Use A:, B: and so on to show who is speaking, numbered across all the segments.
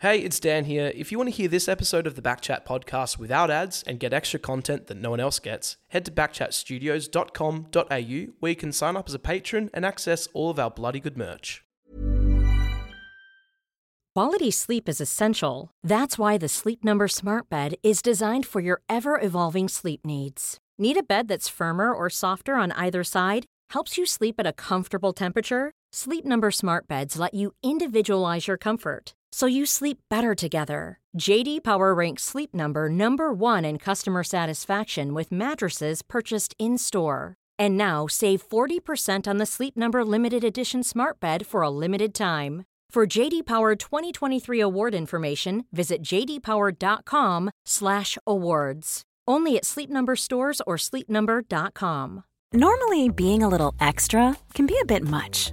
A: Hey, it's Dan here. If you want to hear this episode of the Backchat podcast without ads and get extra content that no one else gets, head to backchatstudios.com.au where you can sign up as a patron and access all of our bloody good merch.
B: Quality sleep is essential. That's why the Sleep Number Smart Bed is designed for your ever evolving sleep needs. Need a bed that's firmer or softer on either side? Helps you sleep at a comfortable temperature? Sleep Number Smart Beds let you individualize your comfort so you sleep better together. JD Power ranks Sleep Number number 1 in customer satisfaction with mattresses purchased in-store. And now save 40% on the Sleep Number limited edition Smart Bed for a limited time. For JD Power 2023 award information, visit jdpower.com/awards. Only at Sleep Number stores or sleepnumber.com.
C: Normally, being a little extra can be a bit much,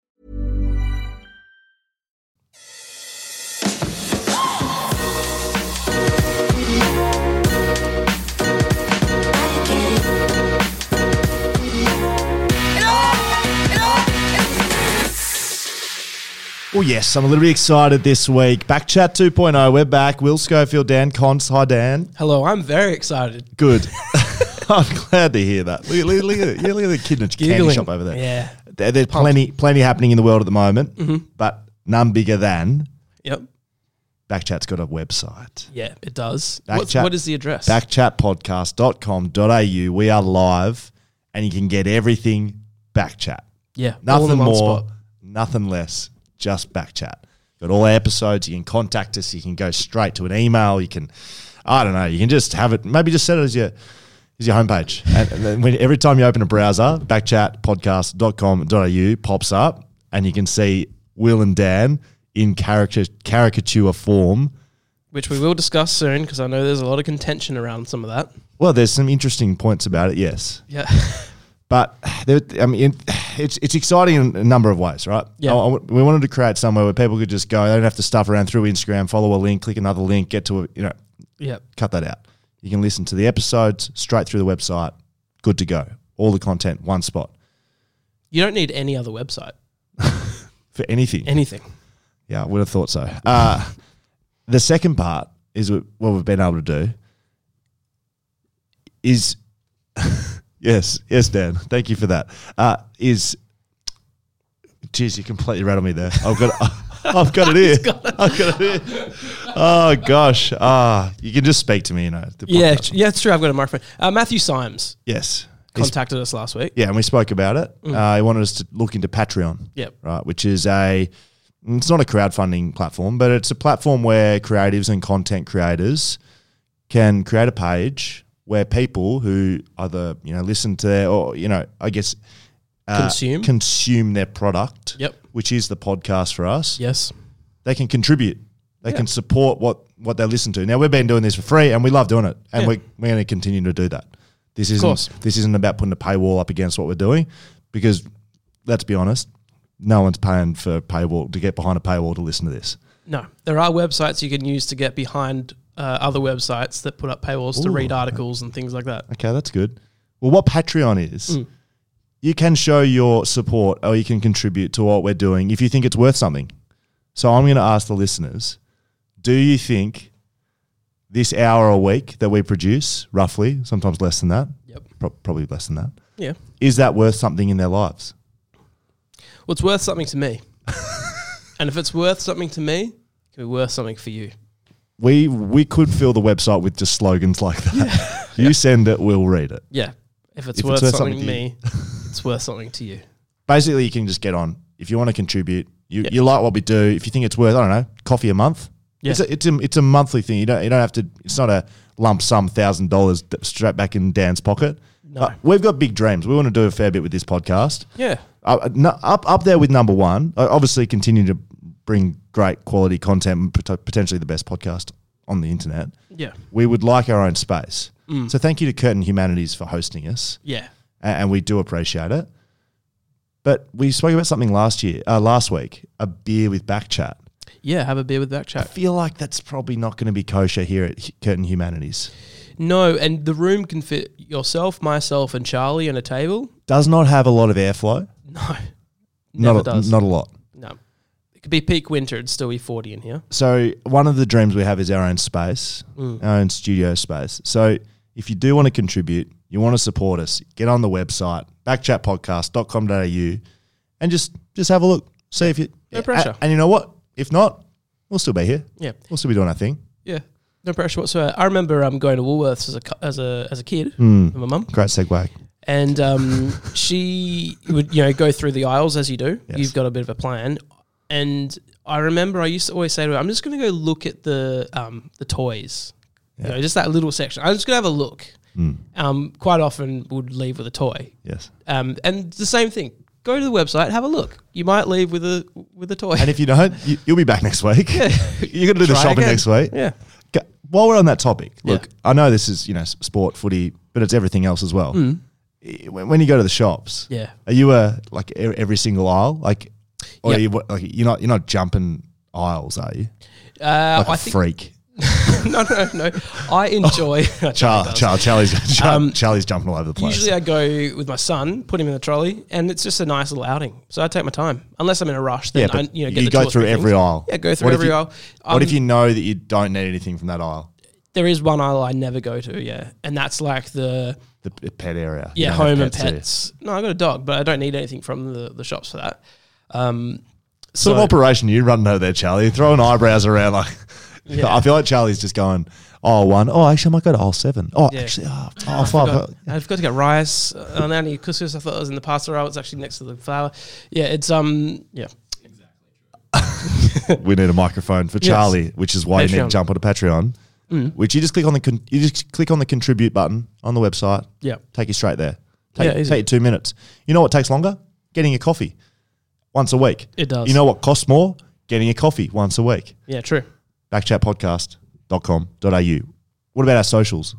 D: Well, Oh, yes, I'm a little bit excited this week. Backchat 2.0, oh, we're back. Will Schofield, Dan Conts. Hi, Dan.
E: Hello, I'm very excited.
D: Good. I'm glad to hear that. Look, look, look, at- yeah, look at the kid in the candy
E: Giggling.
D: shop over there.
E: Yeah. Mm-hmm.
D: There- there's plenty, plenty happening in the world at the moment, but none bigger than
E: Yep.
D: Backchat's got a website.
E: Yeah, it does.
D: Back
E: What,
D: chat-
E: what is the address?
D: Backchatpodcast.com.au. We are live and you can get everything Backchat.
E: yeah. all
D: Nothing
E: in one
D: more,
E: spot.
D: nothing less, just back chat. Got all our episodes. You can contact us. You can go straight to an email. You can, I don't know, you can just have it. Maybe just set it as your as your homepage. and, and then when, every time you open a browser, backchatpodcast.com.au pops up and you can see Will and Dan in caricature, caricature form.
E: Which we will discuss soon because I know there's a lot of contention around some of that.
D: Well, there's some interesting points about it, yes.
E: Yeah.
D: But there, I mean, it's it's exciting in a number of ways, right?
E: Yeah.
D: I- I- we wanted to create somewhere where people could just go. They don't have to stuff around through Instagram, follow a link, click another link, get to a you know,
E: yeah.
D: cut that out. You can listen to the episodes straight through the website. Good to go. All the content, one spot
E: You don't need any other website,
D: for anything.
E: anything.
D: Yeah, I would have thought so. Uh, the second part is what what we've been able to do is yes, yes, Dan. Thank you for that. Uh, is geez, you completely rattled me there. I've got. I've got it here. I've got it here. Oh gosh. Ah, you can just speak to me, you know. the
E: Yeah,
D: podcast.
E: yeah, it's true. I've got a microphone. Uh, Matthew Symes
D: Yes. He's-
E: contacted us last week.
D: yeah, and we spoke about it. Uh, he wanted us to look into Patreon.
E: Mm. Yep.
D: Right, which is a it's not a crowdfunding platform, but it's a platform where creatives and content creators can create a page where people who either, you know, listen to their or, you know, I guess uh,
E: Consume.
D: consume their product.
E: Yep.
D: Which is the podcast for us
E: Yes.
D: they can contribute. They can support what what they listen to. Now we've been doing this for free, and we love doing it, and
E: Yeah.
D: we're, we're going to continue to do that. This isn't
E: course.
D: this isn't about putting a paywall up against what we're doing, because let's be honest, no one's paying for a paywall to get behind a paywall to listen to this.
E: No. There are websites you can use to get behind uh, other websites that put up paywalls to
D: Ooh.
E: read articles and things like that.
D: Okay, that's good. Well, what Patreon is, you can show your support or you can contribute to what we're doing if you think it's worth something. So I'm going to ask the listeners do you think this hour a week that we produce, roughly, sometimes less than that,
E: Yep.
D: pro- probably less than that,
E: Yeah.
D: is that worth something in their lives?
E: Well, it's worth something to me. and if it's worth something to me, it can be worth something for you.
D: We, we could fill the website with just slogans like that. you send it, we'll read it.
E: Yeah. If it's,
D: If it's
E: worth,
D: worth
E: something,
D: something
E: to
D: to you.
E: me, it's worth something to you.
D: basically you can just get on if you want to contribute. You,
E: Yeah.
D: you like what we do. If you think it's worth, I don't know, coffee a month.
E: Yeah.
D: It's a, it's a it's a monthly thing. You don't you don't have to. It's not a lump sum thousand dollars straight back in Dan's pocket.
E: No.
D: But we've got big dreams. We want to do a fair bit with this podcast.
E: Yeah.
D: Uh, Uh, no, up up there with number one. I obviously continue to bring great quality content, and pot- potentially the best podcast on the internet.
E: Yeah.
D: We would like our own space.
E: Mm.
D: So thank you to Curtin Humanities for hosting us,
E: Yeah.
D: a- and, we do appreciate it. But we spoke about something last year, uh, last week, a beer with back chat.
E: Yeah. Have a beer with that
D: I
E: chat.
D: feel like that's probably not going to be kosher here at H- Curtin Humanities.
E: No, and the room can fit yourself, myself, and Charlie on a table.
D: Does not have a lot of airflow.
E: No. Never
D: Not a,
E: does.
D: not a lot.
E: no. It could be peak winter. It'd still be 40 in here.
D: So one of the dreams we have is our own space,
E: Mm.
D: our own studio space. So if you do want to contribute, you want to support us, get on the website, backchatpodcast.com.au and just just have a look. See if you
E: No pressure.
D: And you know what? If not, we'll still be here.
E: Yeah.
D: We'll still be doing our thing.
E: Yeah. No pressure whatsoever. I remember um, going to Woolworths as a, cu- as a, as a kid with my mum.
D: Great segue.
E: and um, she would you know go through the aisles as you do.
D: Yes.
E: You've got a bit of a plan, and I remember I used to always say to her, "I'm just going to go look at the um, the toys, you know, just that little section. I'm just going to have a look."
D: Hmm.
E: Um, quite often, would leave with a toy,
D: Yes.
E: um, and the same thing. Go to the website, have a look. You might leave with a with a toy.
D: And if you don't, you, you'll be back next week. You're going to do the
E: Try
D: shopping
E: again.
D: next week.
E: yeah,
D: Go- While we're on that topic, look,
E: Yeah.
D: I know this is, you know, s- sport, footy, but it's everything else as well. I- When when you go to the shops,
E: yeah.
D: Are you a like e- every single aisle? Like, or
E: Yeah.
D: are you what- like you're not you're not jumping aisles, are you?
E: Uh,
D: Like a
E: I think
D: freak.
E: no, no, no. I enjoy.
D: Char, Char, Charlie's Char, Charlie's jumping all over the place.
E: Um, Usually I go with my son, put him in the trolley, and it's just a nice little outing. So I take my time, unless I'm in a rush. Then
D: yeah,
E: I,
D: but you,
E: you know, get the two
D: go
E: or
D: through
E: three
D: every
E: things.
D: aisle.
E: Yeah, go through
D: What if
E: every
D: you-
E: aisle.
D: what
E: Um,
D: if you know that you don't need anything from that aisle?
E: There is one aisle I never go to, yeah, and that's like the
D: The p- pet area. You
E: yeah
D: don't have
E: home and
D: do you?
E: pets. No, I got a dog, but I don't need anything from the, the shops for that. Um,
D: Sort of
E: so-
D: operation you running over there, Charlie, throwing eyebrows around like. I feel like Charlie's just going, oh one, oh actually I might go to aisle seven. Oh
E: Yeah.
D: actually, oh, oh five.
E: got-
D: oh."
E: I've got to get rice. uh, I now need couscous. I thought it was in the pasta aisle. It's actually next to the flour. Yeah, it's um yeah.
D: we need a microphone for Charlie, which is why you need
E: Patreon. Mm.
D: to jump onto Patreon. Which you just click on the con- you just click on the contribute button on the website.
E: Yeah.
D: take you straight there. Take,
E: Yeah, easy.
D: take you two minutes. You know what takes longer? Getting a coffee once a week.
E: It does.
D: You know what costs more? Getting a coffee once a week.
E: Yeah, true.
D: Backchatpodcast.com.au. What about our socials?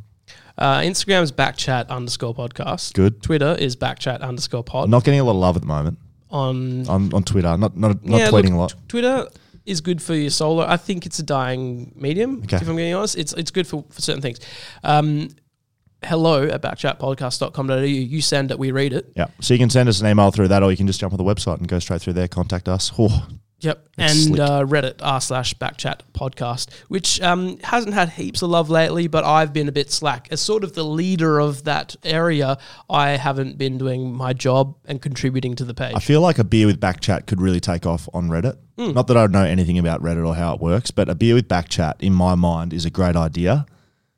E: Uh, Instagram is backchat underscore podcast.
D: Good.
E: Twitter is backchat underscore pod.
D: I'm not getting a lot of love at the moment
E: on
D: on, on Twitter. Not not, not
E: Yeah,
D: tweeting
E: look,
D: a lot.
E: t- Twitter is good for your solo. I think it's a dying medium.
D: Okay.
E: If I'm being honest, it's it's good for, for certain things. Um, hello at backchatpodcast.com.au. You send it, we read it.
D: Yeah. So you can send us an email through that, or you can just jump on the website and go straight through there. Contact us. Oh,
E: Yep.
D: That's
E: and
D: slick.
E: uh, Reddit r slash backchat podcast, which um, hasn't had heaps of love lately, but I've been a bit slack. As sort of the leader of that area, I haven't been doing my job and contributing to the page.
D: I feel like a beer with back chat could really take off on Reddit.
E: Hmm.
D: Not that I know anything about Reddit or how it works, but a beer with back chat in my mind is a great idea,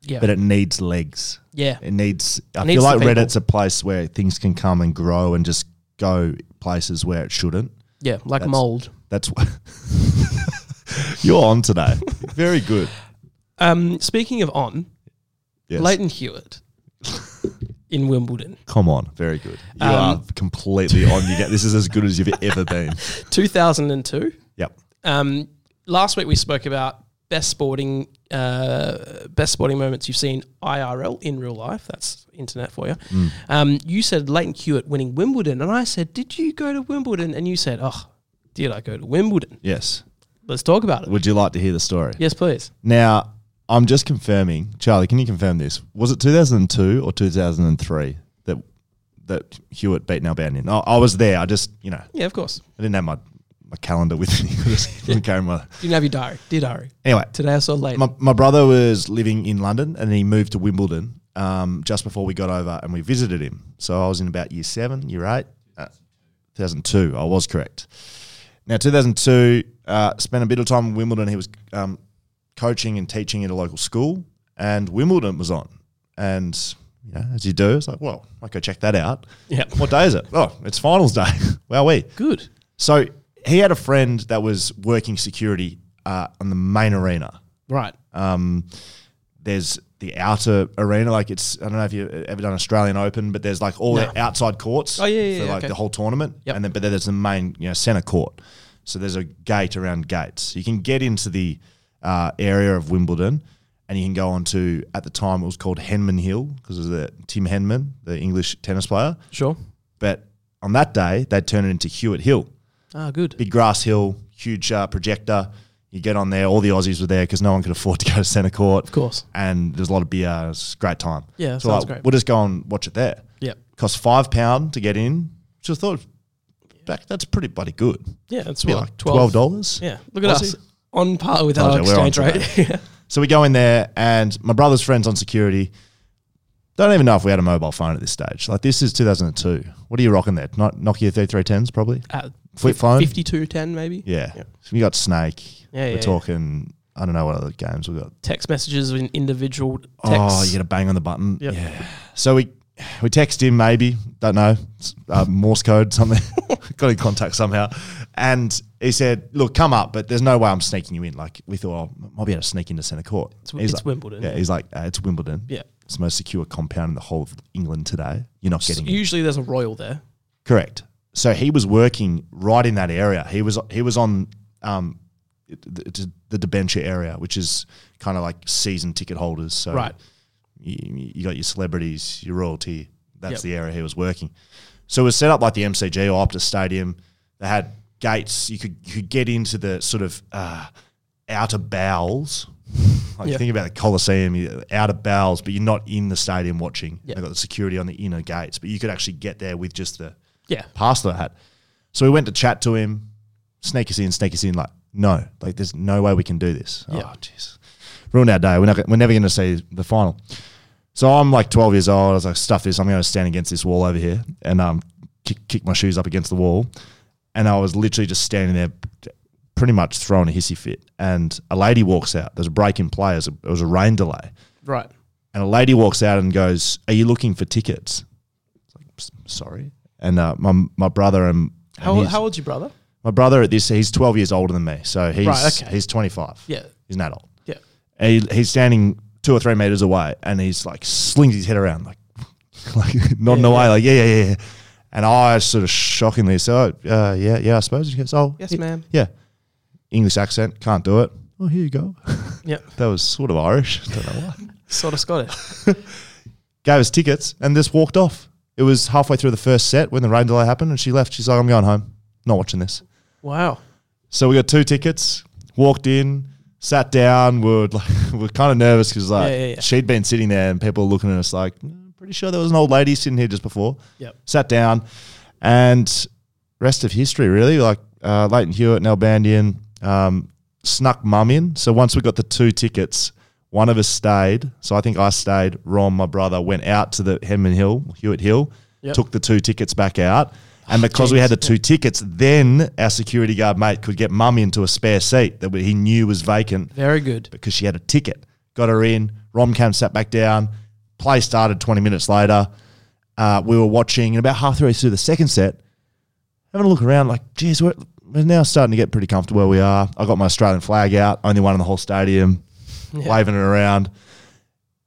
E: yeah.
D: but it needs legs.
E: yeah.
D: It needs, I
E: needs
D: feel
E: the
D: like
E: people.
D: Reddit's a place where things can come and grow and just go places where it shouldn't.
E: Yeah. Like mold.
D: That's why you're on today. Very good.
E: Um, speaking of on,
D: Yes.
E: Leighton Hewitt in Wimbledon,
D: Come on. Um, Very good. You are completely on. You get this is as good as you've ever been.
E: 2002.
D: Yep.
E: Um, last week we spoke about best sporting uh, best sporting moments you've seen IRL in real life. That's internet for you.
D: Hmm.
E: Um, you said Leighton Hewitt winning Wimbledon, and I said, did you go to Wimbledon? And you said, oh, did I go to Wimbledon?
D: Yes.
E: Let's talk about it.
D: Would you like to hear the story?
E: Yes, please.
D: Now, I'm just confirming, Charlie. Can you confirm this? Was it 2002 or 2003 that that Hewitt beat Nalbandian? I, I was there. I just, you know, I
E: Yeah, of course.
D: didn't have my, my calendar with me. I just didn't carry my-
E: Didn't have your diary. Did diary.
D: Anyway,
E: Today I saw Leighton.
D: my, my brother was living in London and he moved to Wimbledon um, just before we got over and we visited him. So I was in about year seven, year eight, uh, 2002. I was correct. Now, 2002, uh, spent a bit of time in Wimbledon. He was um, coaching and teaching at a local school, and Wimbledon was on. And you know, as you do, it's like, well, I go check that out.
E: Yeah.
D: What day is it? Oh, it's finals day. Wowee.
E: Good.
D: So he had a friend that was working security uh, on the main arena
E: Right.
D: um, there's the outer arena, like it's I don't know if you've ever done Australian Open, but there's like all the outside courts.
E: Oh, yeah, yeah,
D: for
E: yeah,
D: like
E: okay.
D: the whole tournament,
E: Yep.
D: and then but then there's the main you know center court. So there's a gate around gates. You can get into the uh, area of Wimbledon, and you can go on to at the time it was called Henman Hill because of the Tim Henman, the English tennis player.
E: Sure.
D: But on that day, they turned it into Hewitt Hill,
E: Ah, good.
D: big grass hill, huge uh, projector. You get on there, all the Aussies were there because no one could afford to go to centre court.
E: Of course.
D: And there's a lot of beer. It's a great time.
E: Yeah,
D: so
E: sounds
D: like,
E: great.
D: we'll just go and watch it there.
E: Yep.
D: Cost five pound to get in. Just thought, back that's pretty bloody good.
E: Yeah, that's
D: Be
E: what,
D: like twelve dollars.
E: Yeah, look at us on par with
D: Oh,
E: our
D: yeah, we're on
E: exchange rate. yeah.
D: So we go in there, and my brother's friends on security don't even know if we had a mobile phone at this stage. Like this is 2002. What are you rocking there? Not Nokia 3310s probably.
E: At
D: Flip phone.
E: Uh, fifty-two ten maybe.
D: Yeah.
E: Yeah.
D: So we got Snake.
E: Yeah,
D: We're
E: yeah, yeah.
D: talking. I don't know what other games we got.
E: Text messages in individual texts.
D: Oh, you got to bang on the button.
E: Yep.
D: Yeah. So we we text him maybe don't know s- uh, Morse code something. got in contact somehow, and he said, "Look, come up, but there's no way I'm sneaking you in." Like we thought, oh, might be able to sneak into centre court.
E: It's,
D: He's
E: it's
D: like-
E: Wimbledon.
D: Yeah, he's like, uh, it's Wimbledon.
E: Yeah.
D: It's the most secure compound in the whole of England today. You're not
E: So
D: getting it.
E: usually there's a royal there.
D: Correct. So he was working right in that area. He was he was on um, the, the debenture area, which is kind of like season ticket holders. So
E: Right.
D: you, you got your celebrities, your royalty. That's
E: Yep.
D: the area he was working. So it was set up like the MCG or Optus Stadium. They had gates. You could you could get into the sort of uh, outer bowels. Like
E: Yeah.
D: think about the Coliseum, you- outer bowels, but you're not in the stadium watching.
E: Yeah.
D: They've got the security on the inner gates, but you could actually get there with just the
E: Yeah.
D: pass that I had. So we went to chat to him, sneak us in, sneak us in. Like, no, like there's no way we can do this.
E: Yeah.
D: Oh, jeez. Ruined our day. We're, not, we're never going to see the final. So I'm like 12 years old. I was like, stuff this. I'm going to stand against this wall over here and um, kick, kick my shoes up against the wall. And I was literally just standing there, pretty much throwing a hissy fit. And a lady walks out. There's a break in play. It was a, it was a rain delay.
E: Right.
D: And a lady walks out and goes, "Are you looking for tickets?" It's like, "S- "Sorry." And uh, my my brother and, and
E: How,
D: his-
E: how old's your brother?
D: my brother at this he's twelve years older than me, so he's
E: Right, okay.
D: he's twenty five.
E: Yeah.
D: he's an adult.
E: Yeah.
D: And he, he's standing two or three meters away, and he's like slings his head around, like like nodding
E: Yeah,
D: away, like yeah, yeah, yeah. yeah. And I sort of shockingly said, "Oh, uh, yeah, yeah, I suppose." He goes, "Oh,
E: Yes,
D: yeah,
E: ma'am.
D: Yeah, English accent, can't do it. Oh, here you go.
E: Yep.
D: that was sort of Irish. Don't know why.
E: Sort of Scottish.
D: gave us tickets, and just walked off. It was halfway through the first set when the rain delay happened, and she left. She's like, "I'm going home. Not watching this."
E: Wow.
D: So we got two tickets. Walked in, sat down. We We're like, we we're kind of nervous because like
E: Yeah, yeah, yeah.
D: she'd been sitting there, and people were looking at us like, "Mm, "Pretty sure there was an old lady sitting here just before."
E: Yep.
D: Sat down, and rest of history really. Like uh, Leighton Hewitt and Albandian um, snuck mum in. So once we got the two tickets. One of us stayed, so I think I stayed. Rom, my brother, went out to the Hemman Hill, Hewitt Hill,
E: Yep.
D: took the two tickets back out, and because we had the two tickets, then our security guard mate could get mum into a spare seat that we- he knew was vacant
E: Very good.
D: because she had a ticket. Got her in. Romcam sat back down. Play started 20 minutes later. Uh, we were watching, and about halfway through the second set, having a look around, like, geez, we're, we're now starting to get pretty comfortable where we are. I got my Australian flag out, only one in the whole stadium, waving it around.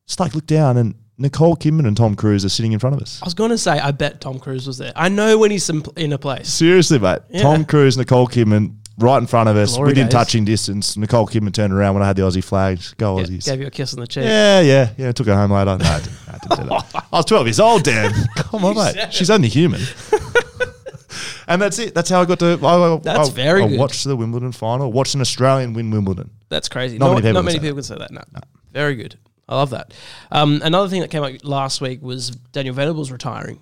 D: Just like look down, and Nicole Kidman and Tom Cruise are sitting in front of us.
E: I was going to say, I bet Tom Cruise was there. I know when he's in in a place.
D: Seriously, mate.
E: Yeah.
D: Tom Cruise, Nicole Kidman, right in front of us,
E: Glory
D: within
E: days.
D: touching distance. Nicole Kidman turned around when I had the Aussie flag. Just Go
E: Yeah,
D: Aussies.
E: gave you a kiss on the cheek.
D: Yeah, yeah, yeah. Took her home later. No, I didn't, I didn't do that. I was 12 years old, Dan. Come on, mate. She's only human. and that's it. That's how I got to. I, I,
E: That's
D: I,
E: very
D: I
E: good.
D: watched the Wimbledon final. Watched an Australian win Wimbledon.
E: That's crazy.
D: Not many
E: No one-
D: people
E: Not
D: can
E: many
D: say
E: people, can say that. No. Very good. I love that. Um, another thing that came up last week was Daniel Venables retiring.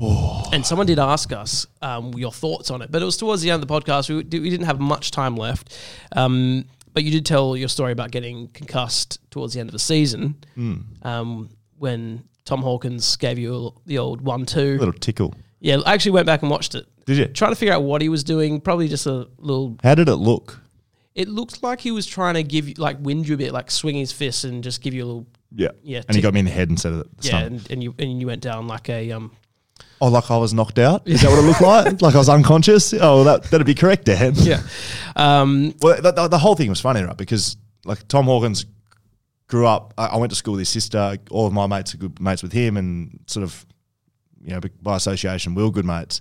E: And someone did ask us um, your thoughts on it, but it was towards the end of the podcast. We, we didn't have much time left. Um, but you did tell your story about getting concussed towards the end of the season
D: Hmm.
E: um, when Tom Hawkins gave you the old 1
D: A
E: 2.
D: little tickle.
E: Yeah, I actually went back and watched it.
D: Did you?
E: Trying to figure out what he was doing, probably just a little
D: How did it look?
E: it looked like he was trying to give you, like, wind you a bit, like swing his fist and just give you a little,
D: Yeah.
E: Yeah,
D: And he
E: tick-
D: got me in the head instead of the
E: yeah,
D: stomach.
E: and, and you and you went down like a um.
D: Oh, like I was knocked out? Is that what it looked like? like I was unconscious? Oh, that, that'd be correct, Dan.
E: Yeah, um,
D: Well, the, the, the whole thing was funny, right? Because like Tom Hawkins grew up. I, I went to school with his sister. All of my mates are good mates with him, and sort of, you know, by association, we were good mates.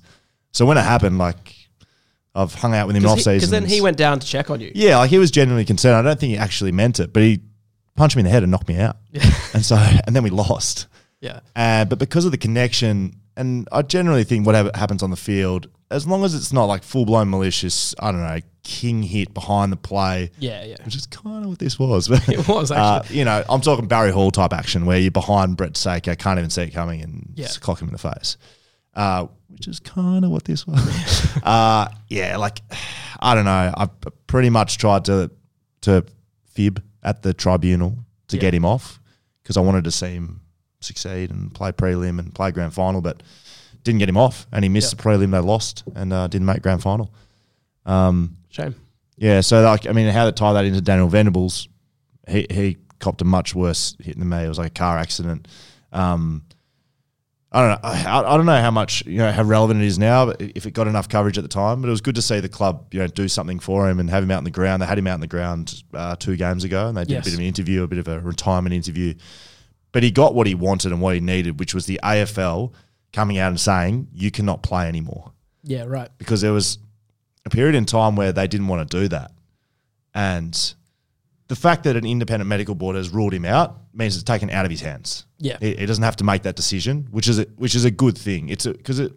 D: So when it happened, like I've hung out with him off
E: because
D: season.
E: then he went down to check on you.
D: Yeah, like he was genuinely concerned. I don't think he actually meant it, but he punch me in the head and knock me out. and so, and then we lost.
E: Yeah.
D: Uh, but because of the connection, and I generally think whatever happens on the field, as long as it's not like full blown malicious, I don't know, king hit behind the play,
E: Yeah, yeah.
D: which is kind of what this was. But,
E: It was,
D: uh,
E: actually.
D: you know, I'm talking Barry Hall type action where you're behind Brett Saker, can't even see it coming, and
E: Yeah.
D: just clock him in the face, uh, which is kind of what this was. uh, yeah, like I don't know. I pretty much tried to to fib at the tribunal to
E: Yeah.
D: get him off because I wanted to see him succeed and play prelim and play grand final, but didn't get him off, and he missed
E: Yeah.
D: the prelim. They lost and uh, didn't make grand final.
E: Shame.
D: Yeah, so like I mean, how to tie that into Daniel Venables? He he copped a much worse hit than me. It was like a car accident. Um, I don't know. I, I don't know how much you know how relevant it is now. But if it got enough coverage at the time, but it was good to see the club you know do something for him and have him out in the ground. They had him out in the ground uh, two games ago, and they did
E: Yes.
D: a bit of an interview, a bit of a retirement interview. But he got what he wanted and what he needed, which was the AFL coming out and saying you cannot play anymore
E: Yeah, right.
D: because there was a period in time where they didn't want to do that. And the fact that an independent medical board has ruled him out means it's taken out of his hands.
E: Yeah.
D: He, he doesn't have to make that decision, which is a, which is a good thing. It's because it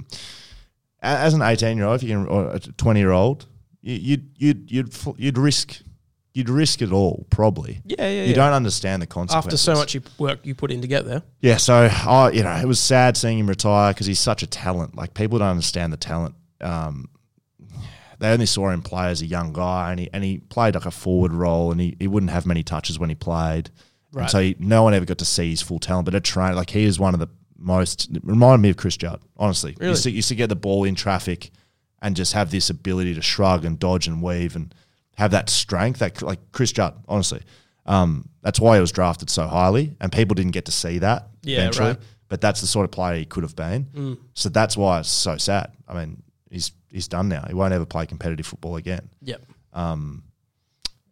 D: a- as an 18 year old, if you can, or a 20 year old, you, you'd you'd you'd fl- you'd risk you'd risk it all probably.
E: Yeah, yeah,
D: You
E: yeah.
D: don't understand the consequences
E: After so much you- work you put in to get there.
D: yeah, so I, you know, it was sad seeing him retire because he's such a talent. Like people don't understand the talent. Um, they only saw him play as a young guy, and he and he played like a forward role, and he, he wouldn't have many touches when he played. Right.
E: Right.
D: And so he, no one ever got to see his full talent. But a train, like he is one of the most reminded me of Chris Judd. Honestly,
E: Really?
D: used to, used to get the ball in traffic, and just have this ability to shrug and dodge and weave and have that strength. That like Chris Judd, honestly. Um, that's why he was drafted so highly, and people didn't get to see that
E: Yeah,
D: eventually.
E: right. Mm.
D: But that's the sort of player he could have been. So that's why it's so sad. I mean, he's he's done now. He won't ever play competitive football again.
E: Yep.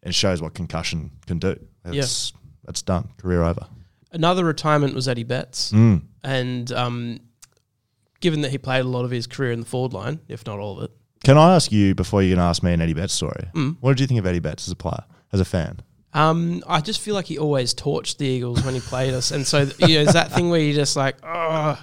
D: It shows what concussion can do. That's that's done. Career over.
E: Another retirement was Eddie Betts. And um, given that he played a lot of his career in the forward line, if not all of it,
D: Can I ask you before you can ask me an Eddie Betts story?
E: Mm.
D: What did you think of Eddie Betts as a player, as a fan?
E: Um, I just feel like he always torched the Eagles when he played us, and so you know, it's that thing where you're just like, oh,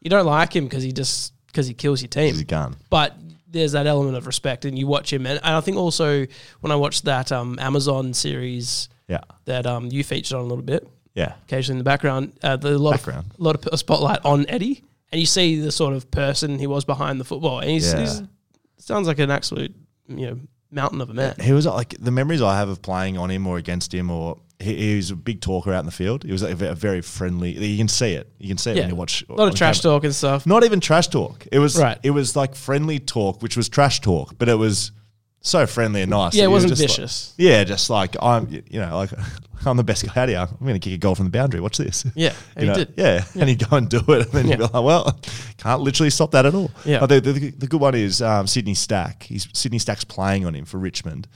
E: you don't like him because he just because he kills your team.
D: He's a gun.
E: But there's that element of respect, and you watch him, and, and I think also when I watched that um, Amazon series
D: Yeah,
E: that um, you featured on a little bit,
D: yeah,
E: occasionally in the background, uh, there's a lot
D: Background.
E: of lot of spotlight on Eddie, and you see the sort of person he was behind the football, and he's,
D: Yeah.
E: he's sounds like an absolute you know mountain of a man.
D: He was like the memories I have of playing on him or against him, or he, he was a big talker out in the field. He was like a, ve- a very friendly. You can see it. You can see it
E: Yeah,
D: when you watch.
E: a lot of
D: on
E: trash
D: camera.
E: talk and stuff.
D: Not even trash talk. It was
E: Right.
D: It was like friendly talk, which was trash talk, but it was so friendly and nice.
E: Yeah, it
D: You were
E: wasn't
D: just like-
E: vicious.
D: yeah, just like I'm, you know, like I'm the best guy out here. I'm going to kick a goal from the boundary. Watch this.
E: Yeah,
D: You
E: he
D: know,
E: did.
D: Yeah, and he'd go and do it, and then you'd be
E: Yeah.
D: like, "Well, can't literally stop that at all."
E: Yeah.
D: But the, the, the good one is um, Sydney Stack. He's Sydney Stack's playing on him for Richmond.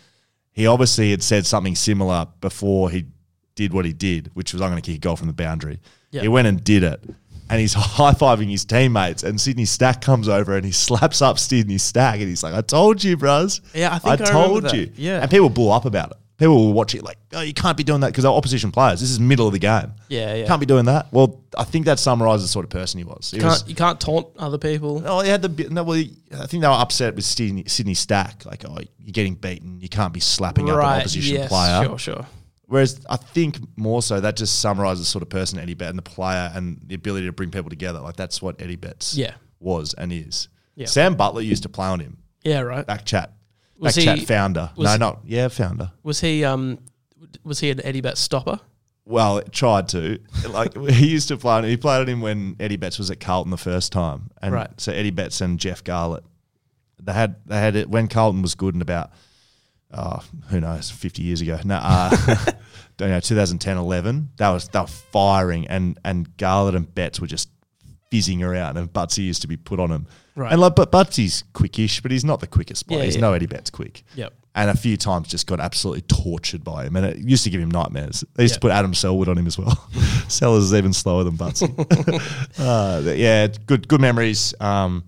D: He obviously had said something similar before he did what he did, which was, "I'm going to kick a goal from the boundary."
E: Yeah.
D: He went and did it, and he's high fiving his teammates. And Sydney Stack comes over and he slaps up Sydney Stack, and he's like, "I told you, bros.
E: Yeah, I think I remember
D: told
E: that.
D: you."
E: Yeah.
D: and people blew up about it. People were watching like, "Oh, you can't be doing that because they're opposition players. This is middle of the game."
E: Yeah, yeah.
D: Can't be doing that. Well, I think that summarizes the sort of person he was. He
E: Can't,
D: was
E: you can't taunt other people.
D: oh, he had the bit- no. Well, he- I think they were upset with Sydney, Sydney Stack. Like, oh, you're getting beaten. You can't be slapping up an opposition
E: yes,
D: player.
E: Sure, sure.
D: Whereas I think more so that just summarizes the sort of person Eddie Betts and the player and the ability to bring people together. Like that's what Eddie Betts
E: Yeah.
D: was and is.
E: Yeah.
D: Sam Butler used to play on him.
E: Yeah, right.
D: Back chat. Back
E: Was
D: chat
E: he-
D: founder.
E: was
D: no,
E: he-
D: not yeah, founder.
E: Was he um was he an Eddie Betts stopper?
D: Well, it tried to. Like he used to play. He played on him when Eddie Betts was at Carlton the first time, and
E: Right.
D: so Eddie Betts and Jeff Garlett, they had they had it when Carlton was good in about, oh, who knows, fifty years ago. No, uh, don't know, 2010, 11. That was they were firing, and and Garlett and Betts were just fizzing around, and Butsy used to be put on him.
E: Right.
D: And like, but Butsy's quickish, but he's not the quickest player.
E: Yeah,
D: he's
E: yeah.
D: no Eddie Betts quick
E: Yep.
D: and a few times just got absolutely tortured by him. And it used to give him nightmares. They used
E: Yeah.
D: to put Adam Selwood on him as well. Sellers is even slower than Butsy. uh, but yeah, good good memories. Um,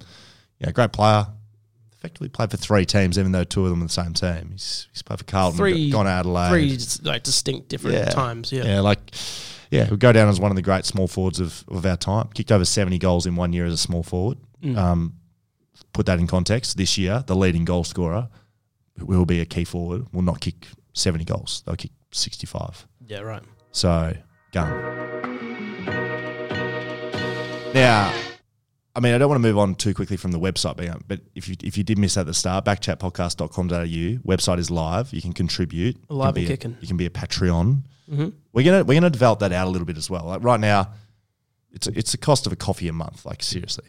D: yeah, great player. effectively played for three teams, even though two of them are the same team. He's, he's played for Carlton,
E: Three-
D: gone to Adelaide.
E: Three dis- like distinct different times. Yeah.
D: like yeah, would go down as one of the great small forwards of, of our time. Kicked over seventy goals in one year as a small forward.
E: Mm.
D: Um, put that in context. This year, the leading goal scorer who will be a key forward. Will not kick seventy goals. They'll kick sixty-five.
E: Yeah. Right.
D: So gun. Now, I mean, I don't want to move on too quickly from the website, but, um, but if you if you did miss at the start, backchatpodcast.com.au website is live. You can contribute. You can
E: Live
D: be
E: and
D: a-
E: kicking. Mm-hmm.
D: You can be a Patreon. We're gonna we're gonna develop that out a little bit as well. Like right now, it's a, it's the cost of a coffee a month. Like seriously,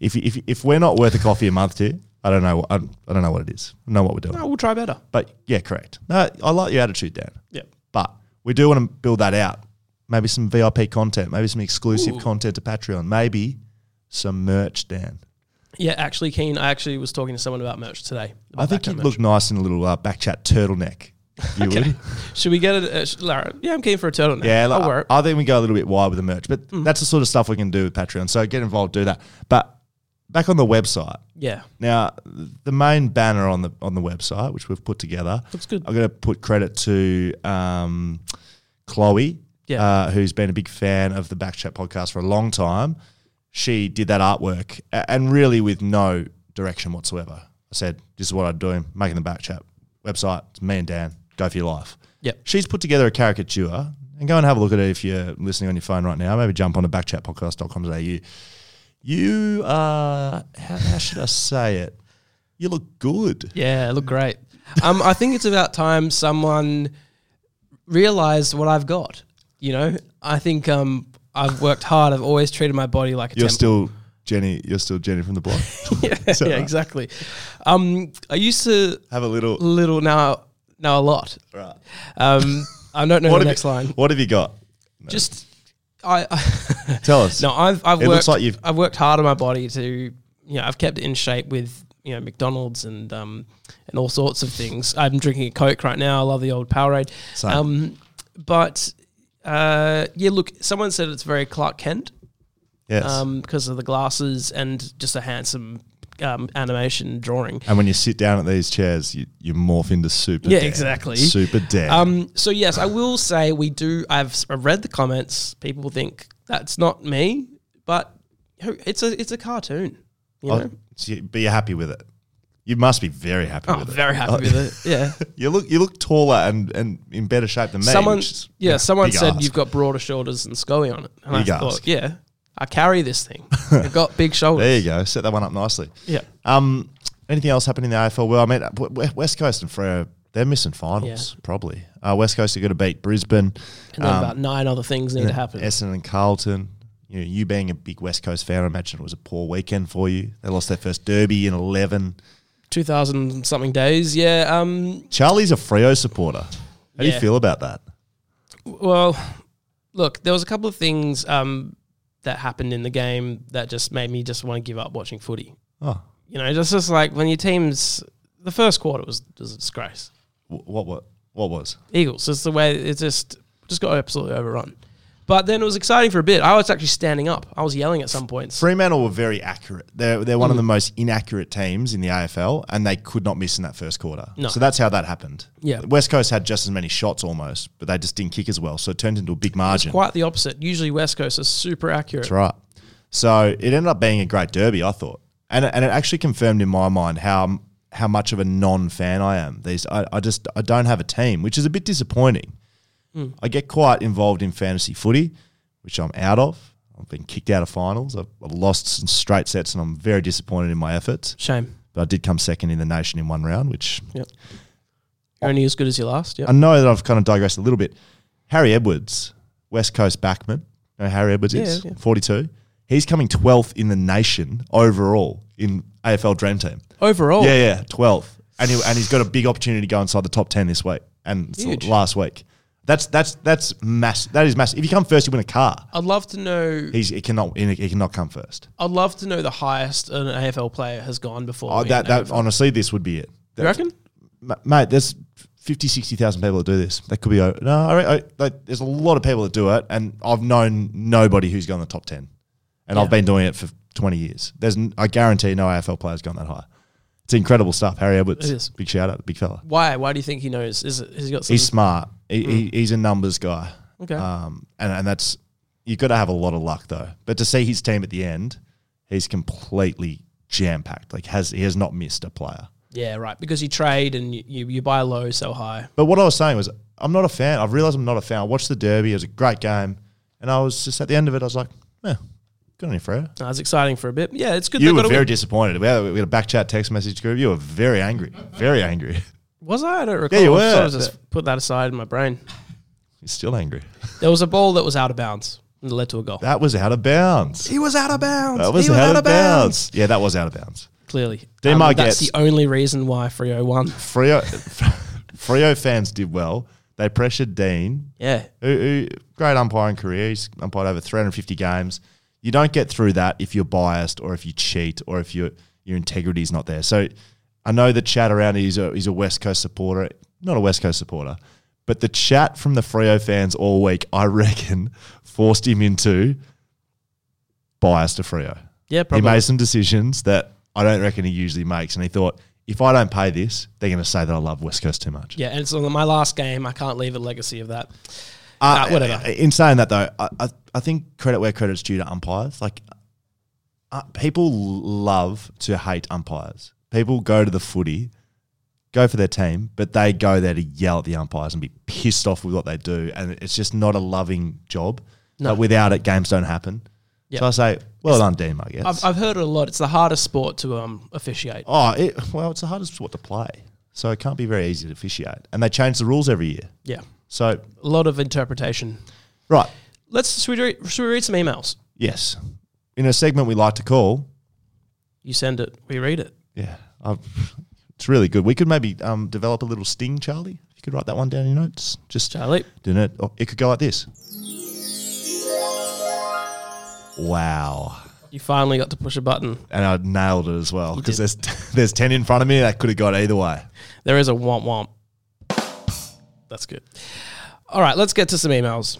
D: if you- if you- if we're not worth a coffee a month to you, I don't know. I, I don't know what it is. I don't know what we're doing.
E: No, we'll try better.
D: But yeah, correct. No, I like your attitude, Dan.
E: Yeah.
D: But we do want to build that out. Maybe some VIP content, maybe some exclusive content to Patreon, maybe some merch, Dan.
E: Yeah. Actually, Keen. I actually was talking to someone about merch today. about
D: I think
E: that
D: you'd
E: kind of
D: look nice in a little uh, backchat turtleneck. You would?
E: merch. Should we get it, uh, sh- Lara? Yeah, I'm keen for a turtleneck.
D: Yeah,
E: I'll Mm.
D: like,
E: wear it.
D: I think we go a little bit wide with the merch, but that's the sort of stuff we can do with Patreon. So get involved, do that. But back on the website,
E: yeah.
D: Now, the main banner on the on the website, which we've put together,
E: Looks good.
D: I'm going to put credit to um, Chloe,
E: Yeah.
D: uh, who's been a big fan of the Backchat podcast for a long time. She did that artwork, a- and really with no direction whatsoever. I said, "This is what I'm doing, making the Backchat website. It's me and Dan. Go for your life."
E: Yep.
D: She's put together a caricature, and go and have a look at it if you're listening on your phone right now. Maybe jump on to backchatpodcast.com.au. You are, how, how should I say it? You look good.
E: Yeah, look great. Um, I think it's about time someone realized what I've got. You know, I think um, I've worked hard. I've always treated my body like a
D: You're
E: temple.
D: still Jenny. You're still Jenny from the block.
E: yeah, exactly. Um, I used to
D: Have a little.
E: little now now a lot.
D: Right.
E: Um, I don't know
D: What
E: the
D: have
E: next
D: you, Oh,
E: line.
D: What have you got?
E: Just I. I
D: Tell us.
E: No, I've I've
D: It
E: worked.
D: looks like you've-
E: I've worked hard on my body to you know I've kept it in shape with you know McDonald's and um and all sorts of things. I'm drinking a Coke right now. I love the old Powerade.
D: Same.
E: Um, but uh, yeah, look, someone said it's very Clark Kent
D: yes.
E: um because of the glasses and just a handsome um animation drawing.
D: and when you sit down at these chairs, you, you morph into super.
E: Yeah,
D: Dan.
E: exactly.
D: Super dead.
E: Um, so yes, I will say we do. I've, s- I've read the comments. People think that's not me, but who- it's a it's a cartoon. You know?
D: Oh, but you're happy with it. You must be very happy
E: Oh,
D: with it.
E: very happy
D: Oh,
E: with it. Yeah.
D: You look you look taller and, and in better shape than me.
E: someone,
D: which is
E: yeah,
D: a
E: someone
D: big
E: said
D: ask.
E: you've got broader shoulders than Scully on it, and I
D: Big
E: thought,
D: ask.
E: yeah, I carry this thing. I've got big shoulders.
D: There you go. Set that one up nicely.
E: Yeah.
D: Um, anything else happening in the AFL? Well, I mean, w- w- West Coast and Freo, they're missing finals probably. Uh, West Coast are going to beat Brisbane, Um,
E: And then about nine other things need to happen.
D: Essendon and Carlton. You know, you being a big West Coast fan, I imagine it was a poor weekend for you. They lost their first derby in eleven.
E: Two thousand something days. Yeah. Um.
D: Charlie's a Freo supporter. How do you
E: Yeah.
D: feel about that?
E: Well, look, there was a couple of things um, that happened in the game that just made me just want to give up watching footy.
D: Oh,
E: You know, just just like when your team's the first quarter was, was a disgrace.
D: wh- what what what was?
E: Eagles, it's the way it just just got absolutely overrun. But then it was exciting for a bit. I was actually standing up. I was yelling at some points.
D: Fremantle were very accurate. They're, they're one of the
E: Mm.
D: most inaccurate teams in the AFL, and they could not miss in that first quarter.
E: No.
D: So that's how that happened.
E: Yeah.
D: West Coast had just as many shots almost, but they just didn't kick as well. So it turned into a big margin.
E: Quite the opposite. Usually West Coast is super accurate.
D: that's right. So it ended up being a great derby, I thought. And, it- and it actually confirmed in my mind how how much of a non fan I am. These I, I just I don't have a team, which is a bit disappointing. I get quite involved in fantasy footy, which I'm out of. I've been kicked out of finals. I've, I've lost some straight sets, and I'm very disappointed in my efforts.
E: Shame.
D: but I did come second in the nation in one round, which
E: You're only as good as your last. Yeah.
D: I know that I've kind of digressed a little bit. Harry Edwards, West Coast backman, you know who Harry Edwards is
E: Yeah, yeah.
D: 42. He's coming 12th in the nation overall in AFL Dream Team.
E: Overall,
D: Yeah, yeah, 12th. And, he, and he's got a big opportunity to go inside the top 10 this week and it's
E: Huge.
D: last week. That's that's that's massive. That is massive. If you come first, you win a car.
E: I'd love to know.
D: He's he cannot he, he cannot come first.
E: I'd love to know the highest an AFL player has gone before.
D: Oh,
E: in
D: that that
E: AFL.
D: honestly, this would be it.
E: you reckon?
D: Ma- mate, there's 50, 60,000 people that do this. That could be, o- no, I, I, like, there's a lot of people that do it. And I've known nobody who's gone the top 10. And I've
E: Yeah.
D: been doing it for 20 years. There's, n- I guarantee no AFL player's gone that high. It's incredible stuff. Harry Edwards.
E: It is.
D: Big shout out, big fella.
E: Why? Why do you think he knows? Is it, has he got some?
D: He's smart. He, he, he's a numbers guy.
E: Mm. Okay.
D: Um, and, and that's, you've got to have a lot of luck though. But to see his team at the end, he's completely jam packed. Like has, he has not missed a player.
E: yeah, right. Because you trade and you, you, you buy low, sell high.
D: But what I was saying was, I'm not a fan. I've realised I'm not a fan. I watched the Derby. It was a great game. And I was just at the end of it, I was like, eh, good on you, Freo.
E: No, it's exciting for a bit. Yeah, it's good.
D: You
E: they
D: were
E: got a
D: very
E: win.
D: disappointed. We had, we had a back chat text message group. You were very angry. Very angry.
E: Was I? I don't recall.
D: Yeah, you
E: I thought I
D: were.
E: was just put that aside in my brain.
D: You're still angry.
E: There was a ball that was out of bounds and led to a goal.
D: That was out of bounds.
E: he was out of bounds.
D: That was,
E: he
D: out, of bounds. Yeah, that was out of bounds.
E: Clearly, Um,
D: Demar
E: that's
D: gets-
E: the only reason why oh Frio won.
D: Frio, Frio fans did well. They pressured Dean,
E: Yeah,
D: who, who great umpiring career. He's umpired over 350 games. You don't get through that if you're biased or if you cheat or if your your integrity is not there. So I know the chat around he's a he's a West Coast supporter, not a West Coast supporter, but the chat from the Freo fans all week, I reckon, forced him into bias to Freo.
E: yeah, probably.
D: He made some decisions that I don't reckon he usually makes, and he thought. If I don't pay this, they're going to say that I love West Coast too much.
E: yeah, and it's on my last game. I can't leave a legacy of that.
D: Uh,
E: Ah, whatever.
D: In saying that, though, I, I, I think credit where credit's due to umpires. Like, uh, people love to hate umpires. People go to the footy, go for their team, but they go there to yell at the umpires and be pissed off with what they do. And it's just not a loving job.
E: No.
D: But without it, games don't happen.
E: Yep.
D: So I say, well done, Dean, I guess.
E: I've, I've heard it a lot. It's the hardest sport to um, officiate.
D: oh, it, well, it's the hardest sport to play. So it can't be very easy to officiate. And they change the rules every year.
E: Yeah,
D: So,
E: a lot of interpretation.
D: right.
E: Let's should we, read, should we read some emails?
D: Yes. In a segment we like to call
E: You send it, we read it.
D: Yeah, i it's really good. We could maybe um, develop a little sting, Charlie. If you could write that one down in your notes, just
E: Charlie,
D: didn't it? Oh, it could go like this. Wow,
E: you finally got to push a button.
D: and I nailed it as well because
E: did.
D: there's there's ten in front of me. That could have gone either way.
E: There is a womp womp. That's good. All right, let's get to some emails.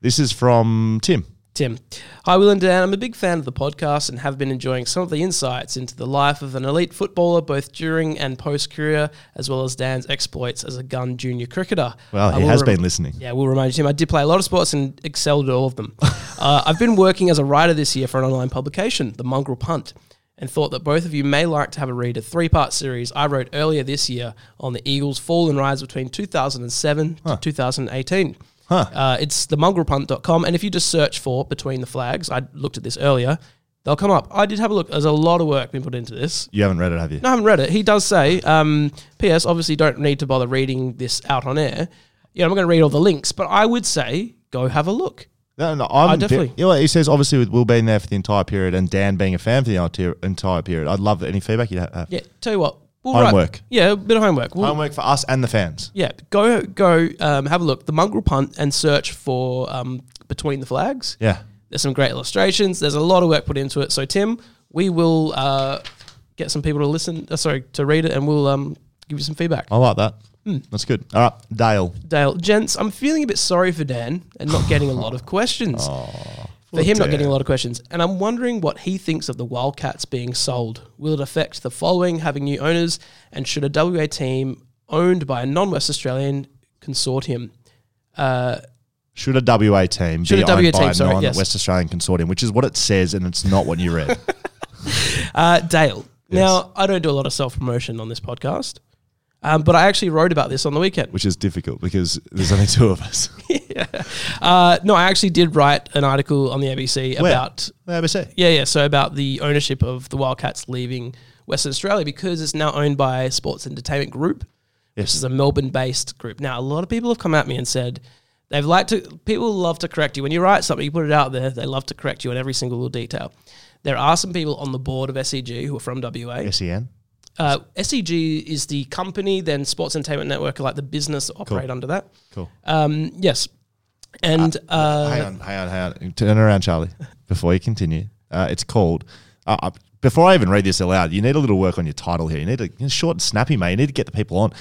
D: This is from Tim.
E: Tim. Hi, Will and Dan. I'm a big fan of the podcast and have been enjoying some of the insights into the life of an elite footballer, both during and post career, as well as Dan's exploits as a gun junior cricketer.
D: Well,
E: I
D: he
E: will
D: has
E: rem-
D: been listening.
E: Yeah, we'll remind you, Tim. I did play a lot of sports and excelled at all of them. uh, I've been working as a writer this year for an online publication, The Mongrel Punt, and thought that both of you may like to have a read a three part series I wrote earlier this year on the Eagles' fall and rise between 2007 to 2018. Uh, it's themongrelpunt.com, and if you just search for Between the Flags, I looked at this earlier, they'll come up. I did have a look. There's a lot of work being put into this.
D: You haven't read it, have you?
E: No, I haven't read it. He does say, um, P.S. Obviously, don't need to bother reading this out on air. Yeah, I'm not going to read all the links, but I would say go have a look.
D: No, no, I'm definitely.
E: I Oh, definitely-
D: you know, what, he says obviously with Will being there for the entire period and Dan being a fan for the entire- entire period. I'd love any feedback you would have.
E: Yeah, tell you what, we'll
D: Homework.
E: yeah, a bit of homework. We'll-
D: Homework for us and the fans.
E: Yeah, go go um, have a look. The mongrel punt and search for um, between the flags.
D: Yeah.
E: There's some great illustrations. There's a lot of work put into it. So Tim, we will uh, get some people to listen. Uh, sorry, to read it, and we'll um, give you some feedback.
D: I like that.
E: Hmm.
D: That's good. All right, Dale.
E: Dale, gents, I'm feeling a bit sorry for Dan and not getting a lot of questions. for him not getting a lot of questions. And I'm wondering what he thinks of the Wildcats being sold. Will it affect the following having new owners? And should a WA team owned by a non West Australian consortium?
D: Should a WA team
E: Should
D: be
E: a WA
D: owned by
E: team,
D: a
E: sorry,
D: non
E: yes.
D: West Australian consortium, which is what it says, and it's not what you read.
E: Uh, Dale, now I don't do a lot of self promotion on this podcast, um, but I actually wrote about this on the weekend.
D: which is difficult because there's only two of us.
E: Uh, no, I actually did write an article on the ABC
D: Where?
E: about
D: The ABC.
E: Yeah, yeah. So about the ownership of the Wildcats leaving Western Australia because it's now owned by Sports Entertainment Group, which
D: Yes.
E: is a Melbourne-based group. Now, a lot of people have come at me and said they've liked to. People love to correct you when you write something, you put it out there. They love to correct you on every single little detail. There are some people on the board of SEG who are from WA.
D: SEN.
E: Uh, SEG is the company, then Sports Entertainment Network are like the business that operate under that.
D: Cool.
E: Um, yes, and uh,
D: hang on, hang on, hang on. Turn around, Charlie, before you continue. Uh, it's called. Uh, uh, before I even read this aloud, you need a little work on your title here. You need a you know, short and snappy, mate. You need to get the people on.